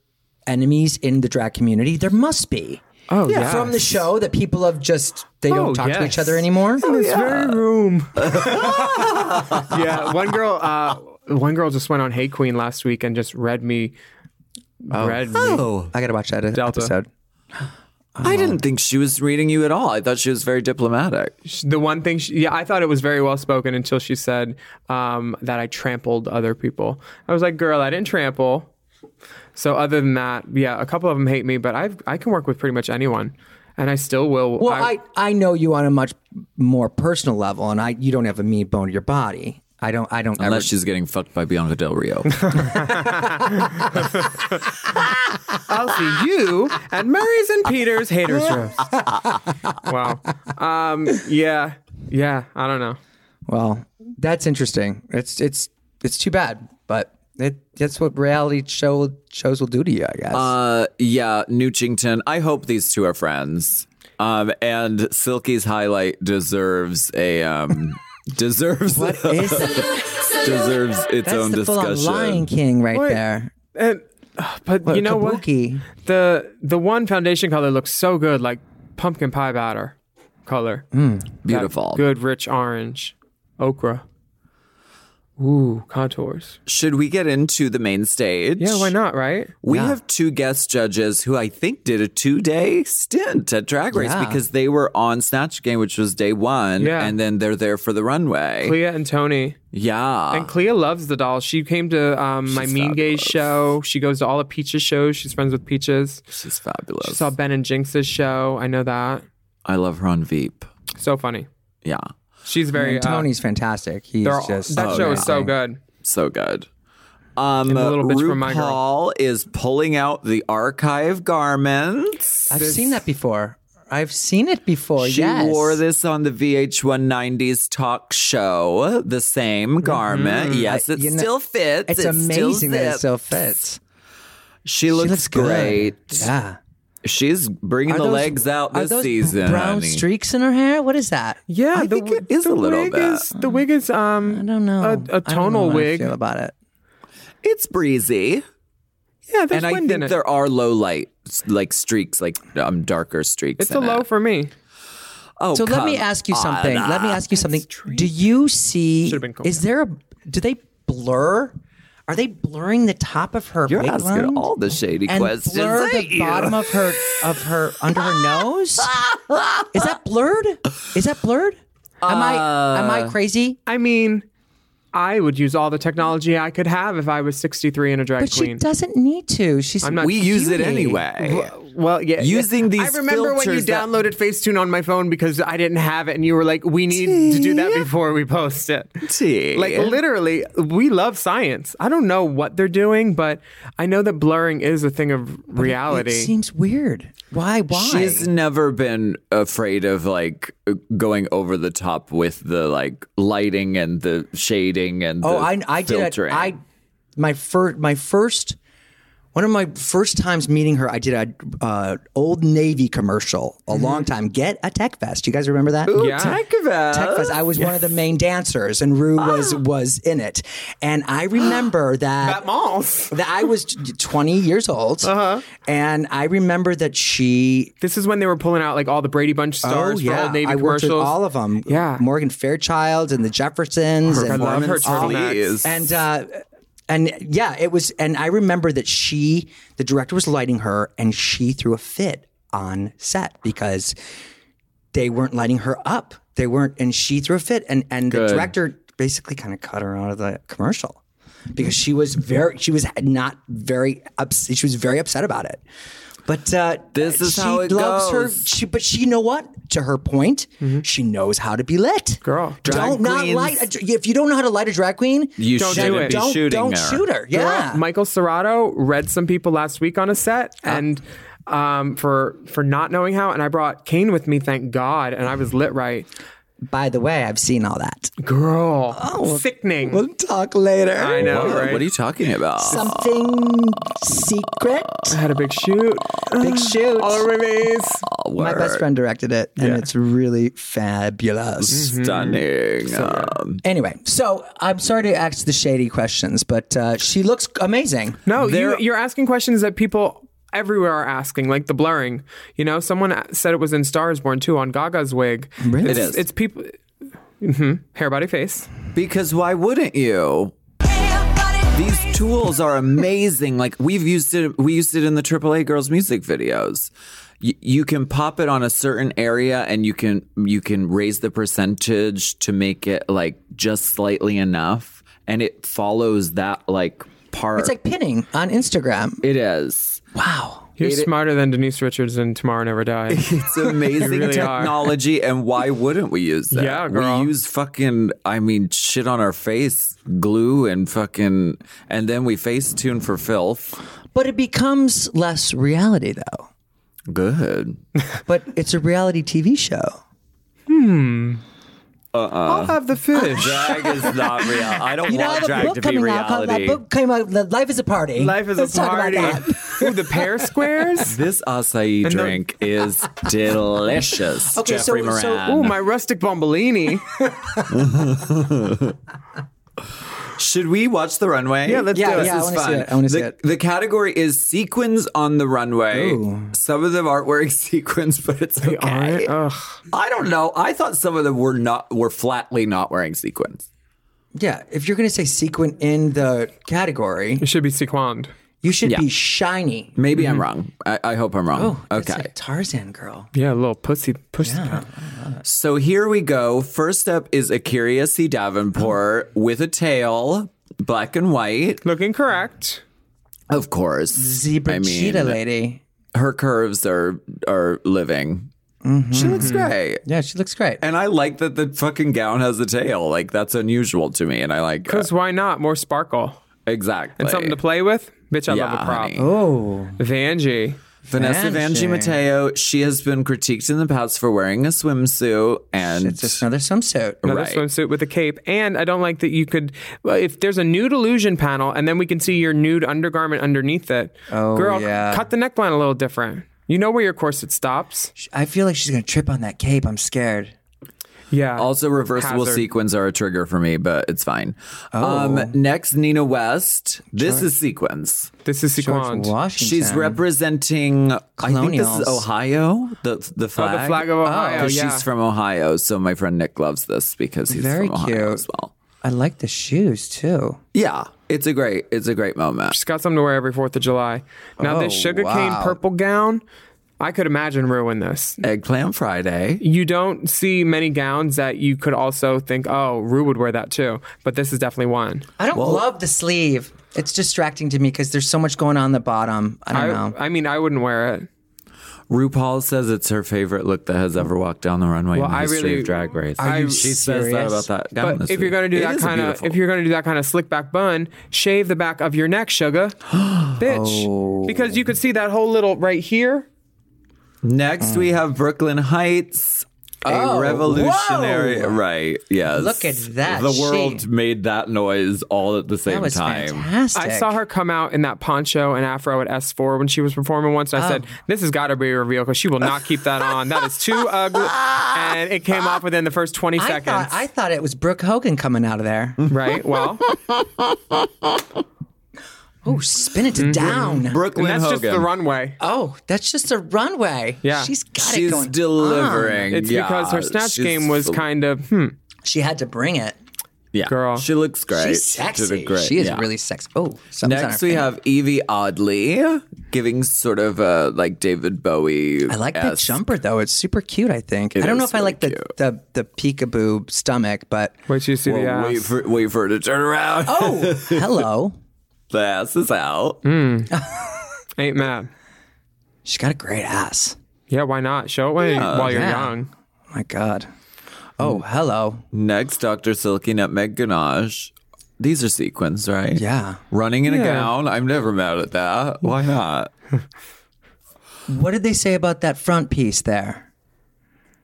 [SPEAKER 5] enemies in the drag community? There must be.
[SPEAKER 4] Oh yeah,
[SPEAKER 5] From the show that people have just they
[SPEAKER 4] Oh,
[SPEAKER 5] don't talk to
[SPEAKER 4] yes. Oh,
[SPEAKER 5] each other anymore.
[SPEAKER 4] this very room. yeah, one girl. Uh, one girl just went on Hate Queen last week and just read me. Read me.
[SPEAKER 5] Oh, I gotta watch that episode.
[SPEAKER 3] I didn't think she was reading you at all. I thought she was very diplomatic.
[SPEAKER 4] The one thing, she, yeah, I thought it was very well spoken until she said um, that I trampled other people. I was like, girl, I didn't trample. So other than that, yeah, a couple of them hate me, but I have I can work with pretty much anyone, and I still will.
[SPEAKER 5] Well, I, I know you on a much more personal level, and I you don't have a mean bone to your body. I don't. I don't.
[SPEAKER 3] Unless
[SPEAKER 5] ever,
[SPEAKER 3] she's getting fucked by Bianca Del Rio.
[SPEAKER 4] I'll see you at Murray's and Peter's Haters Roast. wow. Um, yeah. Yeah. I don't know.
[SPEAKER 5] Well, that's interesting. It's it's it's too bad, but it that's what reality show shows will do to you, I guess.
[SPEAKER 3] uh, yeah, Newchington. I hope these two are friends. Um, and Silky's highlight deserves a um, deserves
[SPEAKER 5] Is that-
[SPEAKER 3] deserves its
[SPEAKER 5] that's
[SPEAKER 3] own
[SPEAKER 5] the full on
[SPEAKER 3] discussion.
[SPEAKER 5] Lion King right there.
[SPEAKER 4] And but you know what?
[SPEAKER 5] Kabuki.
[SPEAKER 4] The the one foundation color looks so good, like pumpkin pie batter color. That
[SPEAKER 3] Beautiful.
[SPEAKER 4] Good rich orange. Okra. Ooh, contours.
[SPEAKER 3] Should we get into the main stage?
[SPEAKER 4] Yeah, why not, right?
[SPEAKER 3] We have two guest judges who I think did a two day stint at Drag Race
[SPEAKER 5] Yeah.
[SPEAKER 3] because they were on Snatch Game, which was day one,
[SPEAKER 4] Yeah.
[SPEAKER 3] and then they're there for the runway.
[SPEAKER 4] Clea and Tony.
[SPEAKER 3] Yeah.
[SPEAKER 4] And Clea loves the doll. She came to um, my Mean Gaze show. She goes to all of Peaches' shows. She's friends with Peaches.
[SPEAKER 3] She's fabulous.
[SPEAKER 4] She saw Ben and Jinx's show. I know that.
[SPEAKER 3] I love her on Veep.
[SPEAKER 4] So funny.
[SPEAKER 3] Yeah.
[SPEAKER 4] She's very.
[SPEAKER 5] And Tony's fantastic. He's
[SPEAKER 4] uh, they're all-
[SPEAKER 5] just
[SPEAKER 4] that show is so good.
[SPEAKER 3] So good. Um,
[SPEAKER 4] the little bitch
[SPEAKER 3] RuPaul
[SPEAKER 4] from My Girl.
[SPEAKER 3] is pulling out the archive garments.
[SPEAKER 5] I've seen that before. I've seen it before.
[SPEAKER 3] She
[SPEAKER 5] yes.
[SPEAKER 3] wore this on the VH1 90s talk show, the same garment. Yes,
[SPEAKER 5] Mm-hmm. I-
[SPEAKER 3] it
[SPEAKER 5] you know,
[SPEAKER 3] still fits.
[SPEAKER 5] It's
[SPEAKER 3] It still
[SPEAKER 5] aming that it
[SPEAKER 3] zips.
[SPEAKER 5] still fits.
[SPEAKER 3] She looks,
[SPEAKER 5] good.
[SPEAKER 3] great.
[SPEAKER 5] Yeah.
[SPEAKER 3] She's bringing
[SPEAKER 5] Are
[SPEAKER 3] the
[SPEAKER 5] those-
[SPEAKER 3] legs out
[SPEAKER 5] are
[SPEAKER 3] this
[SPEAKER 5] those
[SPEAKER 3] season.
[SPEAKER 5] Brown
[SPEAKER 3] honey.
[SPEAKER 5] streaks in her hair. What is that?
[SPEAKER 4] Yeah,
[SPEAKER 3] I
[SPEAKER 4] the,
[SPEAKER 3] think
[SPEAKER 4] w-
[SPEAKER 3] it is a
[SPEAKER 4] the
[SPEAKER 3] little
[SPEAKER 4] wig
[SPEAKER 3] bit.
[SPEAKER 4] is the wig is um
[SPEAKER 5] I don't know.
[SPEAKER 4] a-
[SPEAKER 5] I
[SPEAKER 4] a,
[SPEAKER 5] don't know
[SPEAKER 4] tonal
[SPEAKER 5] how I
[SPEAKER 4] wig.
[SPEAKER 5] feel about it.
[SPEAKER 3] It's breezy.
[SPEAKER 4] Yeah, there's
[SPEAKER 3] and I
[SPEAKER 4] wind in
[SPEAKER 3] think
[SPEAKER 4] it.
[SPEAKER 3] there are low light like streaks, like um darker streaks.
[SPEAKER 4] It's a
[SPEAKER 3] in
[SPEAKER 4] low
[SPEAKER 3] it.
[SPEAKER 4] for me.
[SPEAKER 3] Oh,
[SPEAKER 5] So let me
[SPEAKER 3] come
[SPEAKER 5] ask you something.
[SPEAKER 3] on.
[SPEAKER 5] Let me ask you something. Do you see?
[SPEAKER 4] Should've been cool.
[SPEAKER 5] Is there a? Do they blur? Are they blurring the top of her
[SPEAKER 3] You're
[SPEAKER 5] wig
[SPEAKER 3] asking
[SPEAKER 5] line?
[SPEAKER 3] all the shady
[SPEAKER 5] and
[SPEAKER 3] questions.
[SPEAKER 5] blur
[SPEAKER 3] ain't
[SPEAKER 5] the
[SPEAKER 3] you?
[SPEAKER 5] bottom of her of her under her nose? Is that blurred? Is that blurred? Am I am
[SPEAKER 3] Uh,
[SPEAKER 5] I crazy?
[SPEAKER 4] I mean, I would use all the technology I could have if I was 63 and a drag
[SPEAKER 5] But she
[SPEAKER 4] queen.
[SPEAKER 5] doesn't need to. She's
[SPEAKER 4] I'm not-
[SPEAKER 3] we use it
[SPEAKER 5] cutie.
[SPEAKER 3] anyway.
[SPEAKER 4] well, yeah.
[SPEAKER 3] Using
[SPEAKER 4] yeah.
[SPEAKER 3] these
[SPEAKER 4] I remember when you
[SPEAKER 3] filters that-
[SPEAKER 4] downloaded Facetune on my phone because I didn't have it, and you were like, "We need to do that before we post it."
[SPEAKER 3] Tea.
[SPEAKER 4] Like literally, we love science. I don't know what they're doing, but I know that blurring is a thing of
[SPEAKER 5] It
[SPEAKER 4] reality.
[SPEAKER 5] seems weird. Why? Why?
[SPEAKER 3] She's never been afraid of like going over the top with the like lighting and the shading and
[SPEAKER 5] oh,
[SPEAKER 3] the
[SPEAKER 5] I I did
[SPEAKER 3] filtering.
[SPEAKER 5] a, I my first my first one of my first times meeting her. I did a uh, old Navy commercial a long time. Get a tech vest. You guys remember that?
[SPEAKER 4] yeah.
[SPEAKER 5] Tech Fest. I was one of the main dancers, and Rue was was in it. And I remember that
[SPEAKER 4] At malls.
[SPEAKER 5] that I was 20 years old, and I remember that she.
[SPEAKER 4] This is when they were pulling out like all the Brady Bunch stars
[SPEAKER 5] oh yeah,
[SPEAKER 4] for old Navy
[SPEAKER 5] I worked with
[SPEAKER 4] commercials.
[SPEAKER 5] all of them.
[SPEAKER 4] Yeah.
[SPEAKER 5] Morgan Fairchild and the Jeffersons,
[SPEAKER 4] I
[SPEAKER 5] and
[SPEAKER 4] love her turtleneck.
[SPEAKER 3] Please.
[SPEAKER 5] and uh, and yeah, it was. And I remember that she, the director, was lighting her, and she threw a fit on set because they weren't lighting her up. They weren't, and she threw a fit, and and the director basically kind of cut her out of the commercial because she was very, she was not very upset. She was very upset about it. But uh,
[SPEAKER 3] This is
[SPEAKER 5] she
[SPEAKER 3] how it
[SPEAKER 5] loves her.
[SPEAKER 3] goes.
[SPEAKER 5] She, but she, you know what? To her point, she knows how to be lit.
[SPEAKER 4] Girl,
[SPEAKER 5] don't not
[SPEAKER 3] queens-
[SPEAKER 5] light. A, dr- if you don't know how to light a drag queen,
[SPEAKER 3] you
[SPEAKER 4] Don't do
[SPEAKER 3] shouldn't
[SPEAKER 4] it.
[SPEAKER 3] be
[SPEAKER 5] don't
[SPEAKER 3] shooting
[SPEAKER 5] don't
[SPEAKER 3] her.
[SPEAKER 5] shoot her. Yeah,
[SPEAKER 4] Michael Serrato read some people last week on a set and um, for for not knowing how, and I brought Kane with me, thank God, and I was lit right.
[SPEAKER 5] By the way, I've seen all that.
[SPEAKER 4] Girl, sickening.
[SPEAKER 5] Oh, We'll talk later.
[SPEAKER 4] I know,
[SPEAKER 3] What,
[SPEAKER 4] right?
[SPEAKER 3] what are you talking about?
[SPEAKER 5] Something secret.
[SPEAKER 4] I had a big shoot.
[SPEAKER 5] Big shoot.
[SPEAKER 4] All over me.
[SPEAKER 5] My best friend directed it, and it's really fabulous.
[SPEAKER 4] Mm-hmm.
[SPEAKER 3] Stunning. Um,
[SPEAKER 5] Anyway, so I'm sorry to ask the shady questions, but uh, she looks amazing.
[SPEAKER 4] No, you, you're asking questions that people everywhere are asking, like the blurring. You know, someone a- said it was in Stars Born too on Gaga's wig. Really? It's,
[SPEAKER 3] It is.
[SPEAKER 4] It's people. hmm Hair, body, face.
[SPEAKER 3] Because why wouldn't you? These tools are amazing. Like we've used it, we used it in the AAA girls music videos. Y- you can pop it on a certain area, and you can you can raise the percentage to make it like just slightly enough, and it follows that like part.
[SPEAKER 5] It's like pinning on Instagram.
[SPEAKER 3] it is.
[SPEAKER 5] Wow.
[SPEAKER 4] You're smarter than Denise Richards in Tomorrow Never Dies.
[SPEAKER 3] It's amazing
[SPEAKER 4] really are.
[SPEAKER 3] technology, and why wouldn't we use that?
[SPEAKER 4] Yeah, girl.
[SPEAKER 3] We use fucking, I mean, shit on our face, glue, and fucking, and then we face tune for filth.
[SPEAKER 5] But it becomes less reality, though.
[SPEAKER 3] Good.
[SPEAKER 5] But it's a reality TV show.
[SPEAKER 4] I'll have the fish.
[SPEAKER 3] Drag is not real. I don't
[SPEAKER 5] You know, I
[SPEAKER 3] want
[SPEAKER 5] have a
[SPEAKER 3] drag to
[SPEAKER 5] book
[SPEAKER 3] be
[SPEAKER 5] coming out called that
[SPEAKER 3] reality.
[SPEAKER 5] book came out. Life is a party.
[SPEAKER 4] Life is
[SPEAKER 5] Let's
[SPEAKER 4] a
[SPEAKER 5] talk about
[SPEAKER 4] party.
[SPEAKER 5] that.
[SPEAKER 4] Ooh, the pear squares.
[SPEAKER 3] This acai drink is delicious.
[SPEAKER 5] Okay, so-
[SPEAKER 3] Jeffrey
[SPEAKER 5] so-
[SPEAKER 3] Moran.
[SPEAKER 4] Ooh, my rustic bombolini.
[SPEAKER 3] Should we watch the runway?
[SPEAKER 4] Yeah, let's
[SPEAKER 5] Yeah,
[SPEAKER 4] do it.
[SPEAKER 5] yeah, I
[SPEAKER 3] This is
[SPEAKER 5] wanna see
[SPEAKER 3] fun.
[SPEAKER 5] it. I wanna see
[SPEAKER 3] the,
[SPEAKER 5] it.
[SPEAKER 3] the category is sequins on the runway. Some of them aren't wearing sequins, but it's okay.
[SPEAKER 4] aren't? Ugh.
[SPEAKER 3] I don't know. I thought some of them were not were flatly not wearing sequins.
[SPEAKER 5] Yeah, if you're going to say sequin in the category,
[SPEAKER 4] It should be sequined.
[SPEAKER 5] you should be shiny.
[SPEAKER 3] Maybe
[SPEAKER 4] Mm-hmm.
[SPEAKER 3] I'm wrong. I, I hope I'm wrong.
[SPEAKER 5] That's
[SPEAKER 3] okay.
[SPEAKER 5] like Tarzan girl.
[SPEAKER 4] Yeah, a little pussy. Pussy.
[SPEAKER 3] So here we go. First up is Akiria C. Davenport
[SPEAKER 5] Oh.
[SPEAKER 3] with a tail, black and white.
[SPEAKER 4] Looking correct.
[SPEAKER 3] Of course.
[SPEAKER 5] Zebra
[SPEAKER 3] I mean,
[SPEAKER 5] cheetah lady.
[SPEAKER 3] her curves are are living.
[SPEAKER 4] Mm-hmm.
[SPEAKER 3] She looks great.
[SPEAKER 5] Yeah, she looks great.
[SPEAKER 3] And I like that the fucking gown has a tail. Like that's unusual to me, and I like it.
[SPEAKER 4] Because why not? More sparkle.
[SPEAKER 3] exactly
[SPEAKER 4] Something to play with? Bitch, I love
[SPEAKER 3] Yeah,
[SPEAKER 4] a prop.
[SPEAKER 3] honey.
[SPEAKER 5] oh,
[SPEAKER 4] Vanjie.
[SPEAKER 3] Vanessa Vanji Mateo, she has been critiqued in the past for wearing a swimsuit and
[SPEAKER 5] It's just another swimsuit.
[SPEAKER 4] Another
[SPEAKER 3] Right.
[SPEAKER 4] swimsuit with a cape. And I don't like that you could, well, if there's a nude illusion panel and then we can see your nude undergarment underneath it.
[SPEAKER 5] Oh,
[SPEAKER 4] Girl,
[SPEAKER 5] yeah.
[SPEAKER 4] cut the neckline a little different. You know where your corset stops.
[SPEAKER 5] I feel like she's gonna trip on that cape. I'm scared.
[SPEAKER 4] Yeah.
[SPEAKER 3] Also, reversible
[SPEAKER 4] Hazard.
[SPEAKER 3] sequins are a trigger for me, but it's fine.
[SPEAKER 5] Oh.
[SPEAKER 3] Um, next, Nina West. This is sequins.
[SPEAKER 4] This is
[SPEAKER 5] George
[SPEAKER 4] sequined.
[SPEAKER 5] Washington.
[SPEAKER 3] She's representing. I think this
[SPEAKER 5] Colonials.
[SPEAKER 3] is Ohio. The the flag.
[SPEAKER 4] Oh,
[SPEAKER 3] Oh,
[SPEAKER 4] flag of Ohio,
[SPEAKER 3] 'Cause
[SPEAKER 4] yeah.
[SPEAKER 3] She's from Ohio, so my friend Nick loves this because he's
[SPEAKER 5] Very
[SPEAKER 3] from Ohio
[SPEAKER 5] cute.
[SPEAKER 3] as well.
[SPEAKER 5] I like the shoes too.
[SPEAKER 3] Yeah, it's a great it's a great moment.
[SPEAKER 4] She's got something to wear every 4th of July. Now, this
[SPEAKER 5] Oh,
[SPEAKER 4] sugarcane
[SPEAKER 5] wow.
[SPEAKER 4] purple gown, I could imagine ruin this.
[SPEAKER 3] Eggplant Friday.
[SPEAKER 4] You don't see many gowns that you could also think, oh, Rue would wear that too. But this is definitely one.
[SPEAKER 5] I don't love the sleeve. It's distracting to me because there's so much going on the bottom. I don't know.
[SPEAKER 4] I, I mean, I wouldn't wear it.
[SPEAKER 3] RuPaul says it's her favorite look that has ever walked down the runway
[SPEAKER 4] Well,
[SPEAKER 3] in the
[SPEAKER 4] I
[SPEAKER 3] history
[SPEAKER 4] really-
[SPEAKER 3] of Drag Race.
[SPEAKER 4] Are you
[SPEAKER 3] she says that
[SPEAKER 5] serious?
[SPEAKER 3] about that gown.
[SPEAKER 4] But
[SPEAKER 3] this
[SPEAKER 4] if you're
[SPEAKER 3] week.
[SPEAKER 4] gonna do
[SPEAKER 3] It
[SPEAKER 4] that
[SPEAKER 3] is a
[SPEAKER 4] kind of,
[SPEAKER 3] beautiful-
[SPEAKER 4] if you're gonna do that kind of slick back bun, shave the back of your neck, sugar, bitch,
[SPEAKER 3] Oh.
[SPEAKER 4] because you could see that whole little right here.
[SPEAKER 3] Next, we have Brooklyn Heights. A
[SPEAKER 5] Oh,
[SPEAKER 3] revolutionary,
[SPEAKER 5] whoa.
[SPEAKER 3] right? Yes.
[SPEAKER 5] Look at that.
[SPEAKER 3] The
[SPEAKER 5] She-
[SPEAKER 3] world made that noise all at the same
[SPEAKER 5] that was
[SPEAKER 3] time.
[SPEAKER 5] fantastic.
[SPEAKER 4] I saw her come out in that poncho and afro at S4 when she was performing once. And I said,
[SPEAKER 5] Oh.
[SPEAKER 4] "This has got to be a reveal because she will not keep that on. That is too ugly." and it came off within the first 20
[SPEAKER 5] I
[SPEAKER 4] seconds.
[SPEAKER 5] thought, I thought it was Brooke Hogan coming out of there.
[SPEAKER 3] Mm-hmm.
[SPEAKER 4] right? Well,
[SPEAKER 5] Oh, spin it
[SPEAKER 4] Mm-hmm.
[SPEAKER 5] to down.
[SPEAKER 3] Brooklyn
[SPEAKER 4] and that's
[SPEAKER 3] Hogan.
[SPEAKER 4] just the runway.
[SPEAKER 5] Oh, that's just a runway.
[SPEAKER 4] Yeah.
[SPEAKER 5] She's got it
[SPEAKER 3] She's
[SPEAKER 5] going.
[SPEAKER 3] delivering.
[SPEAKER 4] It's
[SPEAKER 3] yeah,
[SPEAKER 4] because her snatch
[SPEAKER 3] she's
[SPEAKER 4] game was
[SPEAKER 3] del-
[SPEAKER 4] kind of hmm.
[SPEAKER 5] She had to bring it.
[SPEAKER 3] yeah.
[SPEAKER 4] girl.
[SPEAKER 3] She looks great.
[SPEAKER 5] She's
[SPEAKER 3] She
[SPEAKER 5] sexy.
[SPEAKER 3] did great.
[SPEAKER 5] She is
[SPEAKER 3] yeah.
[SPEAKER 5] really sexy. Oh, something's on
[SPEAKER 3] Next,
[SPEAKER 5] her
[SPEAKER 3] we
[SPEAKER 5] finger.
[SPEAKER 3] have Evie Oddly giving sort of a like David Bowie.
[SPEAKER 5] I like the
[SPEAKER 3] esque-
[SPEAKER 5] jumper though. It's super cute. I think. I don't know
[SPEAKER 3] is
[SPEAKER 5] if I
[SPEAKER 3] really
[SPEAKER 5] like the,
[SPEAKER 3] cute.
[SPEAKER 5] the the peekaboo stomach, but
[SPEAKER 4] Wait till you see
[SPEAKER 3] Well,
[SPEAKER 4] the
[SPEAKER 3] wait
[SPEAKER 4] ass.
[SPEAKER 3] for wait for her to turn around.
[SPEAKER 5] oh, Mm. hello.
[SPEAKER 3] the ass is out.
[SPEAKER 4] Ain't mad.
[SPEAKER 5] She's got a great ass.
[SPEAKER 4] Yeah, why not? Show it when, while you're
[SPEAKER 5] yeah.
[SPEAKER 4] young.
[SPEAKER 5] My God.
[SPEAKER 4] Mm.
[SPEAKER 5] Oh, hello.
[SPEAKER 3] Next, Dr. Silky Nutmeg Ganache. These are sequins, right?
[SPEAKER 5] Yeah.
[SPEAKER 3] Running in a gown. I'm never mad at that. Why not?
[SPEAKER 5] What did they say about that front piece there?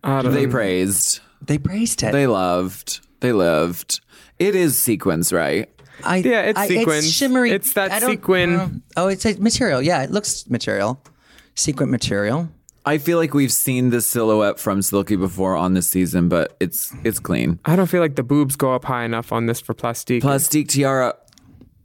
[SPEAKER 3] They praised.
[SPEAKER 5] They praised it.
[SPEAKER 3] They loved. They lived. It is sequins, right?
[SPEAKER 5] I,
[SPEAKER 4] Yeah, it's
[SPEAKER 5] I,
[SPEAKER 4] sequined.
[SPEAKER 5] It's shimmery.
[SPEAKER 4] It's that
[SPEAKER 5] I don't-
[SPEAKER 4] sequin-
[SPEAKER 5] Mm. Oh, it's a material. Yeah, it looks material. Sequin material.
[SPEAKER 3] I feel like we've seen this silhouette from Silky before on this season, but it's it's clean.
[SPEAKER 4] I don't feel like the boobs go up high enough on this for plastique.
[SPEAKER 3] Plastique tiara.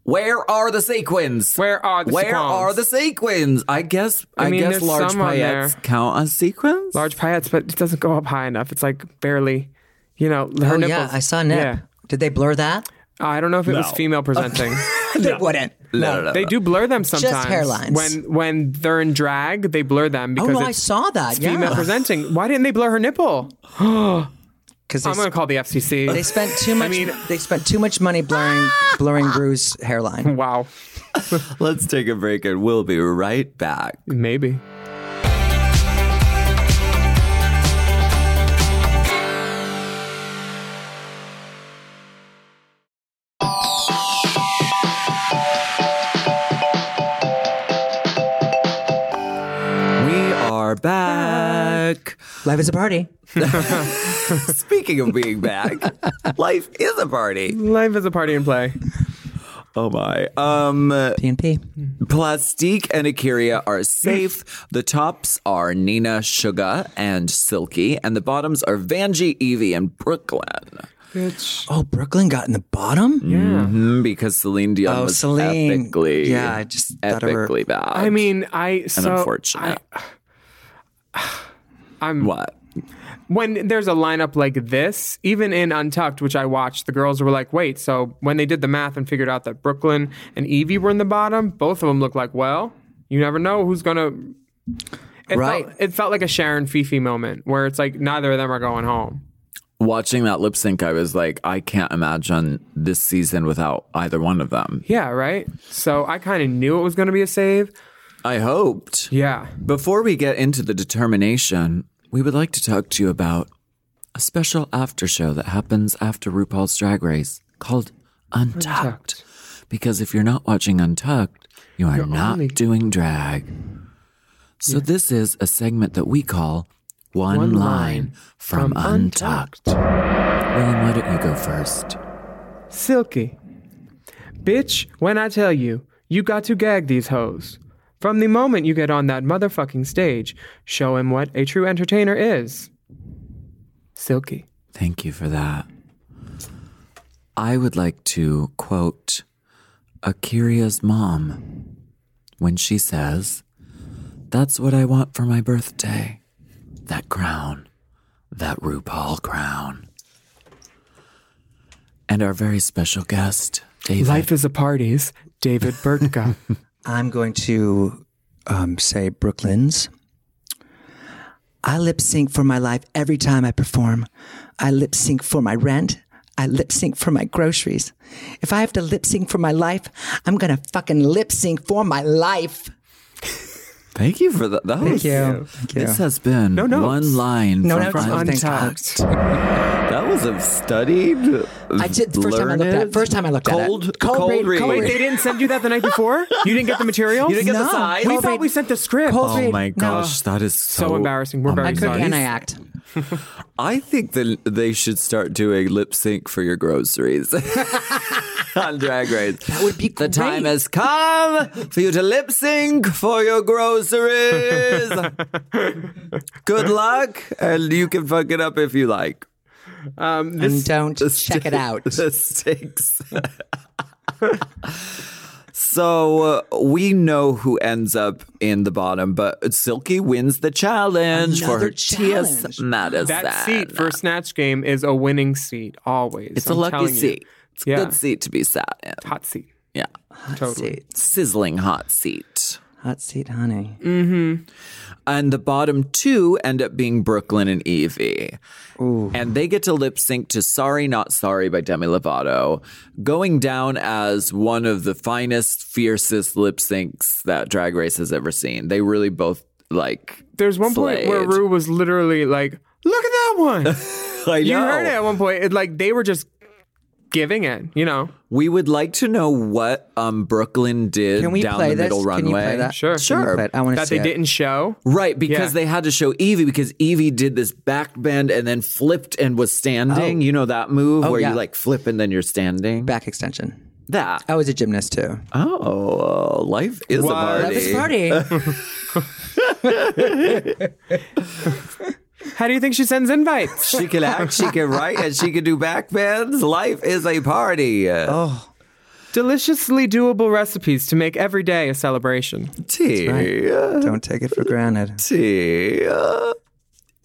[SPEAKER 3] Where are the sequins?
[SPEAKER 4] Where are the
[SPEAKER 3] Where
[SPEAKER 4] sequins?
[SPEAKER 3] are the sequins? I guess I,
[SPEAKER 4] mean,
[SPEAKER 3] guess
[SPEAKER 4] there's
[SPEAKER 3] large
[SPEAKER 4] some on
[SPEAKER 3] paillettes
[SPEAKER 4] there.
[SPEAKER 3] count as sequins.
[SPEAKER 4] large paillettes, but it doesn't go up high enough. It's like barely, you know, her
[SPEAKER 5] oh
[SPEAKER 4] nipples.
[SPEAKER 5] yeah, I saw nip. Did they blur that?
[SPEAKER 4] Yeah. I don't know if it was
[SPEAKER 3] No.
[SPEAKER 4] female presenting.
[SPEAKER 5] they wouldn't. Oh,
[SPEAKER 3] No, no, no,
[SPEAKER 4] they
[SPEAKER 3] no.
[SPEAKER 4] do blur them sometimes.
[SPEAKER 5] hairlines.
[SPEAKER 4] When when they're in drag, they blur them
[SPEAKER 5] Oh
[SPEAKER 4] because
[SPEAKER 5] no,
[SPEAKER 4] it's
[SPEAKER 5] I saw that.
[SPEAKER 4] female
[SPEAKER 5] Yeah,
[SPEAKER 4] presenting. Why didn't they blur her nipple?
[SPEAKER 5] because
[SPEAKER 4] I'm gonna call the FCC.
[SPEAKER 5] They spent too much. they spent too much money blurring blurring Rue's hairline.
[SPEAKER 4] wow,
[SPEAKER 3] Let's take a break and we'll be right back.
[SPEAKER 4] maybe.
[SPEAKER 3] We are back.
[SPEAKER 5] Life is a party.
[SPEAKER 3] Speaking of being back, life is a party.
[SPEAKER 4] Life is a party and play.
[SPEAKER 3] Oh my. Um
[SPEAKER 5] P and P.
[SPEAKER 3] Plastique and Akira are safe. The tops are Nina Suga and Silky, and the bottoms are Vanjie, Evie, and Brooklyn.
[SPEAKER 5] Oh, Brooklyn got in the bottom. Yeah.
[SPEAKER 3] Mhm, because Celine Dion
[SPEAKER 5] Oh,
[SPEAKER 3] was
[SPEAKER 5] Celine.
[SPEAKER 3] epically,
[SPEAKER 5] Yeah, I just thought of her.
[SPEAKER 3] epically bad.
[SPEAKER 4] I mean, I
[SPEAKER 3] and
[SPEAKER 4] so
[SPEAKER 3] unfortunate. I'm what?
[SPEAKER 4] when there's a lineup like this, even in Untucked, which I watched, the girls were like, wait, so when they did the math and figured out that Brooklyn and Evie were in the bottom, both of them looked like, well, you never know who's going to. It
[SPEAKER 5] Right.
[SPEAKER 4] Felt, it felt like a Sharon Fifi moment where it's like neither of them are going home.
[SPEAKER 3] Watching that lip sync, I was like, I can't imagine this season without either one of them.
[SPEAKER 4] Yeah, right? So I kind of knew it was going to be a save.
[SPEAKER 3] I hoped.
[SPEAKER 4] Yeah.
[SPEAKER 3] Before we get into the determination, we would like to talk to you about a special after show that happens after RuPaul's Drag Race called Untucked. Because if you're not watching Untucked, you are not doing drag. So this is a segment that we call One,
[SPEAKER 4] One
[SPEAKER 3] Line,
[SPEAKER 4] Line
[SPEAKER 3] from,
[SPEAKER 4] from
[SPEAKER 3] Untucked. William, why don't you go first?
[SPEAKER 4] Silky. Bitch, when I tell you, you got to gag these hoes. From the moment you get on that motherfucking stage, show him what a true entertainer is. Silky.
[SPEAKER 3] Thank you for that. I would like to quote Akira's mom when she says, That's what I want for my birthday. That crown, that RuPaul crown. And our very special guest, David.
[SPEAKER 4] Life is a party's David Bertka.
[SPEAKER 5] I'm going to um, say Brooklyn's. I lip sync for my life every time I perform. I lip sync for my rent. I lip sync for my groceries. If I have to lip sync for my life, I'm going to fucking lip sync for my life.
[SPEAKER 3] Thank you for that. that was-
[SPEAKER 5] you. Thank you.
[SPEAKER 3] This has been
[SPEAKER 4] No notes.
[SPEAKER 3] one line
[SPEAKER 5] No
[SPEAKER 3] from,
[SPEAKER 5] notes.
[SPEAKER 4] From
[SPEAKER 5] Thanks.
[SPEAKER 4] Untucked.
[SPEAKER 3] That was a studied.
[SPEAKER 5] I did the first time I looked at it. First time I looked
[SPEAKER 3] cold,
[SPEAKER 5] at it.
[SPEAKER 3] Cold,
[SPEAKER 5] read,
[SPEAKER 3] read.
[SPEAKER 5] Cold
[SPEAKER 4] Wait, they
[SPEAKER 5] read.
[SPEAKER 4] didn't send you that the night before? You didn't get the materials? You
[SPEAKER 3] didn't get the
[SPEAKER 5] No. size?
[SPEAKER 4] We
[SPEAKER 5] Cold
[SPEAKER 4] thought
[SPEAKER 5] read.
[SPEAKER 4] we sent the script.
[SPEAKER 5] Cold
[SPEAKER 3] Oh
[SPEAKER 5] read.
[SPEAKER 3] my
[SPEAKER 5] No.
[SPEAKER 3] gosh, that is so,
[SPEAKER 4] So embarrassing. We're very
[SPEAKER 5] I could
[SPEAKER 4] sorry.
[SPEAKER 5] and I act.
[SPEAKER 3] I think that they should start doing lip sync for your groceries on Drag Race. That
[SPEAKER 5] would be
[SPEAKER 3] The time
[SPEAKER 5] great.
[SPEAKER 3] has come for you to lip sync for your groceries. Good luck, and you can fuck it up if you like.
[SPEAKER 5] And don't
[SPEAKER 3] The
[SPEAKER 5] check it
[SPEAKER 3] sti-
[SPEAKER 5] out.
[SPEAKER 3] The stinks. so uh, we know who ends up in the bottom, but Silky wins the challenge for
[SPEAKER 5] Another
[SPEAKER 3] her
[SPEAKER 5] challenge.
[SPEAKER 3] T.S. Madison.
[SPEAKER 4] That seat for Snatch Game is a winning seat, always.
[SPEAKER 3] It's
[SPEAKER 4] I'm
[SPEAKER 3] a lucky
[SPEAKER 4] telling you.
[SPEAKER 3] seat. It's a
[SPEAKER 4] Yeah.
[SPEAKER 3] good seat to be sat in.
[SPEAKER 4] Hot seat.
[SPEAKER 3] Yeah.
[SPEAKER 4] Totally.
[SPEAKER 3] Sizzling hot seat.
[SPEAKER 5] Hot seat, honey.
[SPEAKER 3] And the bottom two end up being Brooklyn and Evie. And they get to lip sync to Sorry Not Sorry by Demi Lovato, going down as one of the finest, fiercest lip syncs that Drag Race has ever seen. They really both like.
[SPEAKER 4] There's one point where
[SPEAKER 3] slayed.
[SPEAKER 4] Rue was literally like, look at that one.
[SPEAKER 3] I
[SPEAKER 4] You
[SPEAKER 3] know.
[SPEAKER 4] heard it at one point. It, like they were just giving it, you know.
[SPEAKER 3] We would like to know what um, Brooklyn did
[SPEAKER 5] Can we
[SPEAKER 3] down
[SPEAKER 5] play
[SPEAKER 3] the
[SPEAKER 5] this?
[SPEAKER 3] middle
[SPEAKER 5] Can
[SPEAKER 3] runway.
[SPEAKER 5] you play that?
[SPEAKER 4] Sure.
[SPEAKER 5] Can you
[SPEAKER 4] Sure.
[SPEAKER 5] play it? I want to
[SPEAKER 4] That
[SPEAKER 5] see
[SPEAKER 4] they
[SPEAKER 5] it.
[SPEAKER 4] didn't show.
[SPEAKER 3] Right, because
[SPEAKER 4] Yeah.
[SPEAKER 3] they had to show Evie because Evie did this back bend and then flipped and was standing. You know that move where
[SPEAKER 5] yeah.
[SPEAKER 3] you like flip and then you're standing.
[SPEAKER 5] Back extension.
[SPEAKER 3] That.
[SPEAKER 5] I was a gymnast too.
[SPEAKER 3] Oh, life is a party.
[SPEAKER 5] Love is party.
[SPEAKER 4] How do you think she sends invites?
[SPEAKER 3] She can act, she can write, and she can do back bends. Life is a party. Oh,
[SPEAKER 4] Deliciously doable recipes to make every day a celebration.
[SPEAKER 3] tea,
[SPEAKER 5] Don't take it for granted.
[SPEAKER 3] tea.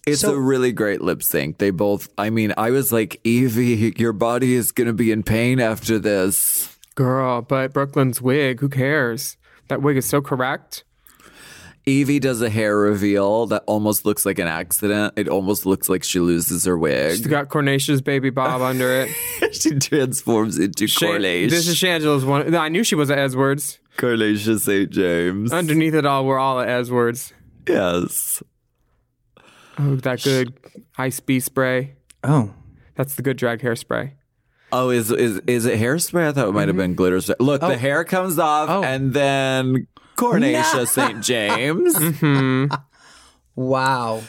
[SPEAKER 3] It's
[SPEAKER 5] So-
[SPEAKER 3] a really great lip sync. They both. I mean, I was like, Evie, your body is gonna be in pain after this.
[SPEAKER 4] Girl, but Brooklyn's wig, who cares? That wig is so correct.
[SPEAKER 3] Evie does a hair reveal that almost looks like an accident. It almost looks like she loses her
[SPEAKER 4] She's
[SPEAKER 3] wig.
[SPEAKER 4] got Cornaceous baby bob under it.
[SPEAKER 3] she transforms into
[SPEAKER 4] Sha-
[SPEAKER 3] Corlace.
[SPEAKER 4] This is Shangela's one. No, I knew she was at Edwards.
[SPEAKER 3] Corlacia St. James.
[SPEAKER 4] Underneath it all, we're all at Edwards.
[SPEAKER 3] yes.
[SPEAKER 4] Oh, that good ice bee spray.
[SPEAKER 5] Oh,
[SPEAKER 4] That's the good drag hairspray.
[SPEAKER 3] Oh, is is is it hairspray? I thought it might
[SPEAKER 4] Mm-hmm.
[SPEAKER 3] have been glitter spray. Look,
[SPEAKER 4] Oh.
[SPEAKER 3] the hair comes off, and then Cornacia St. James.
[SPEAKER 4] Mm-hmm.
[SPEAKER 5] wow.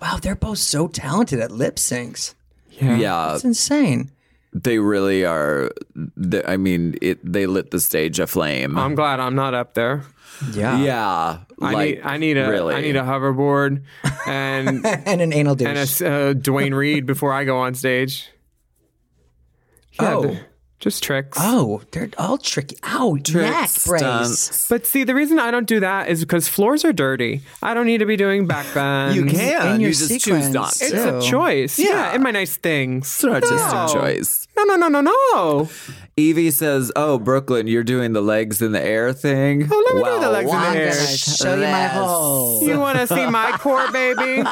[SPEAKER 5] Wow, they're both so talented at lip syncs.
[SPEAKER 3] yeah,
[SPEAKER 5] It's insane.
[SPEAKER 3] they really are. they- I mean, it. They lit the stage aflame.
[SPEAKER 4] I'm glad I'm not up there.
[SPEAKER 5] Yeah.
[SPEAKER 3] yeah,
[SPEAKER 4] Um, I
[SPEAKER 3] like,
[SPEAKER 4] need I need a I
[SPEAKER 3] really.
[SPEAKER 4] need a hoverboard and
[SPEAKER 5] And an anal douche.
[SPEAKER 4] and a uh, Dwayne Reed before I go on stage. Yeah,
[SPEAKER 5] Oh.
[SPEAKER 4] th- just tricks.
[SPEAKER 5] oh, they're all tricky. Ow, neck
[SPEAKER 3] Tricks,
[SPEAKER 5] brace.
[SPEAKER 3] stunts.
[SPEAKER 4] But see, the reason I don't do that is because floors are dirty. I don't need to be doing back bends.
[SPEAKER 3] You
[SPEAKER 5] in
[SPEAKER 3] can.
[SPEAKER 5] your
[SPEAKER 3] You just
[SPEAKER 5] sequence.
[SPEAKER 3] choose not. to.
[SPEAKER 4] It's
[SPEAKER 5] too.
[SPEAKER 4] a choice. Yeah.
[SPEAKER 3] Yeah.
[SPEAKER 4] in my nice things.
[SPEAKER 3] It's an artistic
[SPEAKER 4] No.
[SPEAKER 3] choice. Oh.
[SPEAKER 4] No, no, no, no, no.
[SPEAKER 3] Evie says, "Oh, Brooklyn, you're doing the legs in the air thing."
[SPEAKER 4] Oh, let me do the legs in
[SPEAKER 5] I'm
[SPEAKER 4] the
[SPEAKER 5] going to
[SPEAKER 4] air.
[SPEAKER 5] show you my hole.
[SPEAKER 4] You want to see my core, baby?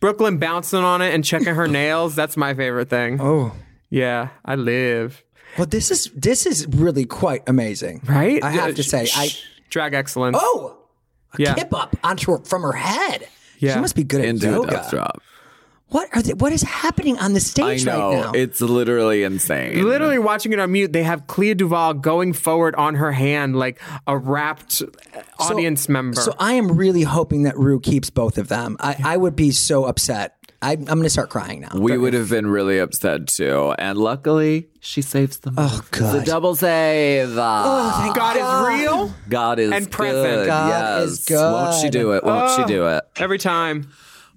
[SPEAKER 4] Brooklyn bouncing on it and checking her nails. That's my favorite thing.
[SPEAKER 5] Oh.
[SPEAKER 4] Yeah, I live.
[SPEAKER 5] Well, this is this is really quite amazing.
[SPEAKER 4] Right?
[SPEAKER 5] I have to say, I
[SPEAKER 4] Drag excellence.
[SPEAKER 5] oh,
[SPEAKER 4] yeah.
[SPEAKER 5] tip up onto her, from her head.
[SPEAKER 4] Yeah.
[SPEAKER 5] She must be good at
[SPEAKER 3] Into a
[SPEAKER 5] yoga.
[SPEAKER 3] death drop.
[SPEAKER 5] What are they, what is happening on the
[SPEAKER 3] I
[SPEAKER 5] stage
[SPEAKER 3] know.
[SPEAKER 5] right now?
[SPEAKER 3] It's literally insane.
[SPEAKER 5] uh,
[SPEAKER 4] Literally watching it on mute, they have Clea Duval going forward on her hand like a wrapped uh, audience member.
[SPEAKER 5] so uh, I am really hoping that Rue keeps both of them. I, I would be so upset. I, I'm going to start crying now.
[SPEAKER 3] We would have been really upset too. And luckily, she saves them. Oh,
[SPEAKER 5] God.
[SPEAKER 3] It's a double save. Ah,
[SPEAKER 5] thank
[SPEAKER 4] God is real
[SPEAKER 3] God is
[SPEAKER 4] And present.
[SPEAKER 3] good.
[SPEAKER 5] God
[SPEAKER 3] yes.
[SPEAKER 5] is
[SPEAKER 3] Won't she
[SPEAKER 5] good.
[SPEAKER 3] do it? Won't she
[SPEAKER 4] Oh.
[SPEAKER 3] do it?
[SPEAKER 4] every time.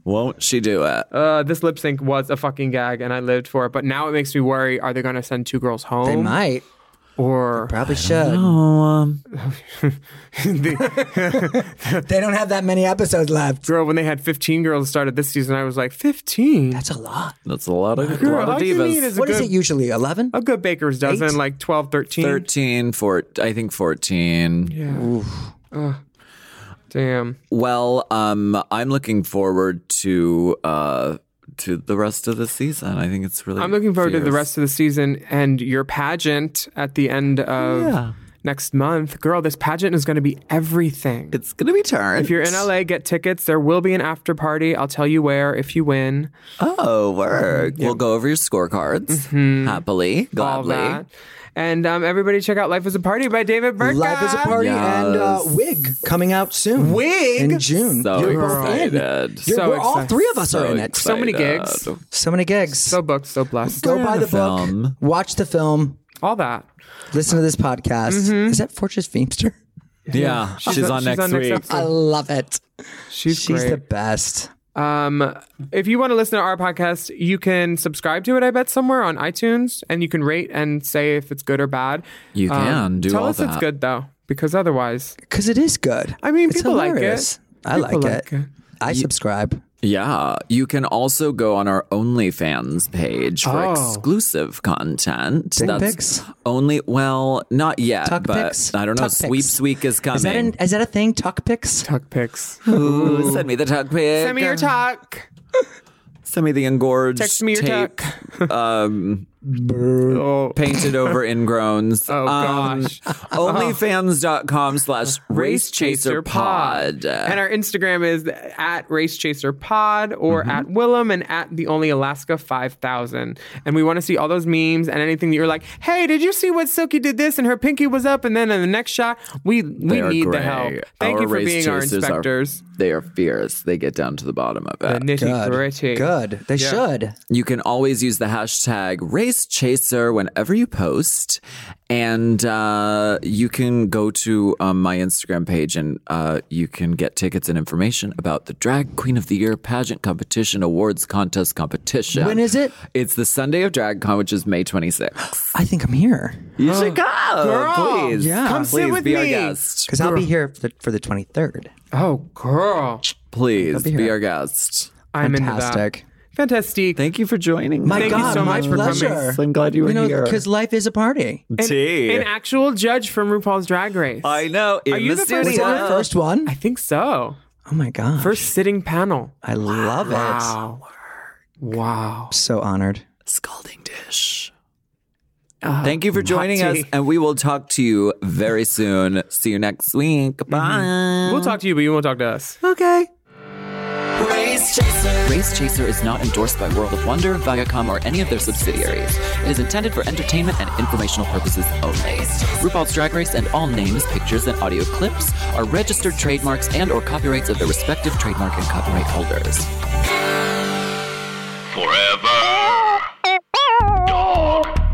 [SPEAKER 3] Won't she do it?
[SPEAKER 4] Uh, this lip sync was a fucking gag, and I lived for it. But now it makes me worry: Are they going to send two girls home?
[SPEAKER 5] They might.
[SPEAKER 4] Or
[SPEAKER 5] Probably should. they don't have that many episodes left.
[SPEAKER 4] girl, when they had fifteen girls started this season, I was like, fifteen.
[SPEAKER 5] That's a lot.
[SPEAKER 3] That's a lot of, a
[SPEAKER 4] Girl,
[SPEAKER 3] lot
[SPEAKER 4] all
[SPEAKER 3] of
[SPEAKER 4] you need
[SPEAKER 3] divas.
[SPEAKER 4] is a
[SPEAKER 5] What is
[SPEAKER 4] good- Oh,
[SPEAKER 5] it usually? 11?
[SPEAKER 4] A good baker's dozen,
[SPEAKER 5] Eight?
[SPEAKER 4] like 12, 13.
[SPEAKER 3] 13, four, I think 14.
[SPEAKER 4] Yeah. Ugh. damn.
[SPEAKER 3] Well, um, I'm looking forward to uh, to the rest of the season. I think it's really.
[SPEAKER 4] I'm looking forward to the
[SPEAKER 3] fierce.
[SPEAKER 4] rest of the season and your pageant at the end of next month. Girl, this pageant is going to be everything.
[SPEAKER 3] It's gonna be turned.
[SPEAKER 4] If you're in LA, get tickets. There will be an after party. I'll tell you where if you win.
[SPEAKER 3] oh, work. We'll go over your scorecards happily,
[SPEAKER 4] Mm-hmm. All
[SPEAKER 3] gladly.
[SPEAKER 4] that. And um, everybody check out Life is a Party by David Burka.
[SPEAKER 5] Life is a Party and uh, Wig coming out soon.
[SPEAKER 4] Wig?
[SPEAKER 5] In June.
[SPEAKER 3] So
[SPEAKER 5] You're both in.
[SPEAKER 3] excited.
[SPEAKER 5] You're-
[SPEAKER 4] So
[SPEAKER 5] we're all
[SPEAKER 4] excited.
[SPEAKER 5] three of us are in it.
[SPEAKER 4] So many
[SPEAKER 3] excited.
[SPEAKER 4] gigs.
[SPEAKER 5] So many gigs.
[SPEAKER 4] So booked, so blessed.
[SPEAKER 5] Go buy the book,
[SPEAKER 3] film.
[SPEAKER 5] watch the film,
[SPEAKER 4] All that.
[SPEAKER 5] listen to this podcast. Is that Fortress Feemster?
[SPEAKER 3] Yeah, she's, on, next week. Oh,
[SPEAKER 5] I love it.
[SPEAKER 4] She's,
[SPEAKER 5] She's
[SPEAKER 4] great.
[SPEAKER 5] the best.
[SPEAKER 4] Um, if you want to listen to our podcast, you can subscribe to it, I bet, somewhere on iTunes, and you can rate and say if it's good or bad.
[SPEAKER 3] You
[SPEAKER 4] Um,
[SPEAKER 3] can do
[SPEAKER 4] tell
[SPEAKER 3] all
[SPEAKER 4] us
[SPEAKER 3] that.
[SPEAKER 4] it's good though, because otherwise,
[SPEAKER 5] Because it is good.
[SPEAKER 4] I mean,
[SPEAKER 5] It's
[SPEAKER 4] people like
[SPEAKER 5] hilarious.
[SPEAKER 4] it.
[SPEAKER 5] I like,
[SPEAKER 4] People
[SPEAKER 5] it. I subscribe.
[SPEAKER 3] Yeah, you can also go on our OnlyFans page for
[SPEAKER 4] Oh.
[SPEAKER 3] exclusive content.
[SPEAKER 5] Dick pics?
[SPEAKER 3] Only, well, not yet,
[SPEAKER 5] Tuck
[SPEAKER 3] but
[SPEAKER 5] pics?
[SPEAKER 3] I don't know.
[SPEAKER 5] Tuck pics.
[SPEAKER 3] Sweeps week is coming.
[SPEAKER 5] Is that, an, is that a thing? Talk pics?
[SPEAKER 4] Tuck picks.
[SPEAKER 3] Ooh, send me the tuck pic.
[SPEAKER 4] Send me your tuck.
[SPEAKER 3] Send me the engorged
[SPEAKER 4] Text me your
[SPEAKER 3] tape
[SPEAKER 4] tuck.
[SPEAKER 3] painted over ingrowns.
[SPEAKER 4] Oh
[SPEAKER 3] Um,
[SPEAKER 4] gosh.
[SPEAKER 3] OnlyFans.com slash race chaser pod.
[SPEAKER 4] And our Instagram is at Race Chaser Pod
[SPEAKER 3] Mm-hmm.
[SPEAKER 4] or at Willem and at the Only Alaska 5000. And we want to see all those memes and anything that you're like, hey, did you see what Silky did this and her pinky was up? And then in the next shot, we, we
[SPEAKER 3] They are
[SPEAKER 4] need the
[SPEAKER 3] great.
[SPEAKER 4] help. Thank
[SPEAKER 3] Our
[SPEAKER 4] you for
[SPEAKER 3] race
[SPEAKER 4] being our
[SPEAKER 3] chasers are-
[SPEAKER 4] inspectors.
[SPEAKER 3] they are fierce. They get down to the bottom of
[SPEAKER 4] The
[SPEAKER 3] it.
[SPEAKER 4] nitty gritty.
[SPEAKER 5] Good. Good. They should.
[SPEAKER 3] You can always use the hashtag RaceChaser whenever you post. And uh, you can go to um, my Instagram page and uh, you can get tickets and information about the Drag Queen of the Year pageant competition awards contest competition.
[SPEAKER 5] When is it?
[SPEAKER 3] It's the Sunday of DragCon, which is May 26th.
[SPEAKER 5] I think I'm here.
[SPEAKER 3] You should go,
[SPEAKER 4] Girl,
[SPEAKER 3] please.
[SPEAKER 5] yeah.
[SPEAKER 3] Come
[SPEAKER 4] sit
[SPEAKER 3] please
[SPEAKER 4] with
[SPEAKER 3] be our
[SPEAKER 4] me.
[SPEAKER 3] guest.
[SPEAKER 5] Because I'll be here for the, for the 23rd.
[SPEAKER 4] Oh, girl.
[SPEAKER 3] Please
[SPEAKER 5] be
[SPEAKER 3] be
[SPEAKER 5] here.
[SPEAKER 3] our guest.
[SPEAKER 4] I'm
[SPEAKER 5] Fantastic.
[SPEAKER 4] into that. Fantastic.
[SPEAKER 3] Thank you for joining.
[SPEAKER 5] My
[SPEAKER 4] Thank you
[SPEAKER 5] God,
[SPEAKER 4] so
[SPEAKER 5] my
[SPEAKER 4] much for coming.
[SPEAKER 5] pleasure.
[SPEAKER 3] I'm glad you were
[SPEAKER 5] You know,
[SPEAKER 3] here.
[SPEAKER 5] because life is a party.
[SPEAKER 4] an,
[SPEAKER 3] Tea.
[SPEAKER 4] an actual judge from RuPaul's Drag Race.
[SPEAKER 3] I know. In
[SPEAKER 4] Are you the first
[SPEAKER 5] Was
[SPEAKER 3] studio.
[SPEAKER 5] that the first one?
[SPEAKER 4] I think so.
[SPEAKER 5] Oh my God.
[SPEAKER 4] First sitting panel.
[SPEAKER 5] I love it.
[SPEAKER 4] Wow. Wow.
[SPEAKER 5] I'm so honored.
[SPEAKER 3] scalding dish. Thank you for joining
[SPEAKER 4] naughty.
[SPEAKER 3] us, and we will talk to you very soon. See you next week. Bye.
[SPEAKER 4] We'll talk to you, but you won't talk to us.
[SPEAKER 3] Okay.
[SPEAKER 2] Race chaser.
[SPEAKER 3] Race Chaser is not endorsed by World of Wonder, Viacom, or any of their subsidiaries. It is intended for entertainment and informational purposes only. RuPaul's Drag Race and all names, pictures, and audio clips are registered trademarks and or copyrights of their respective trademark and copyright holders.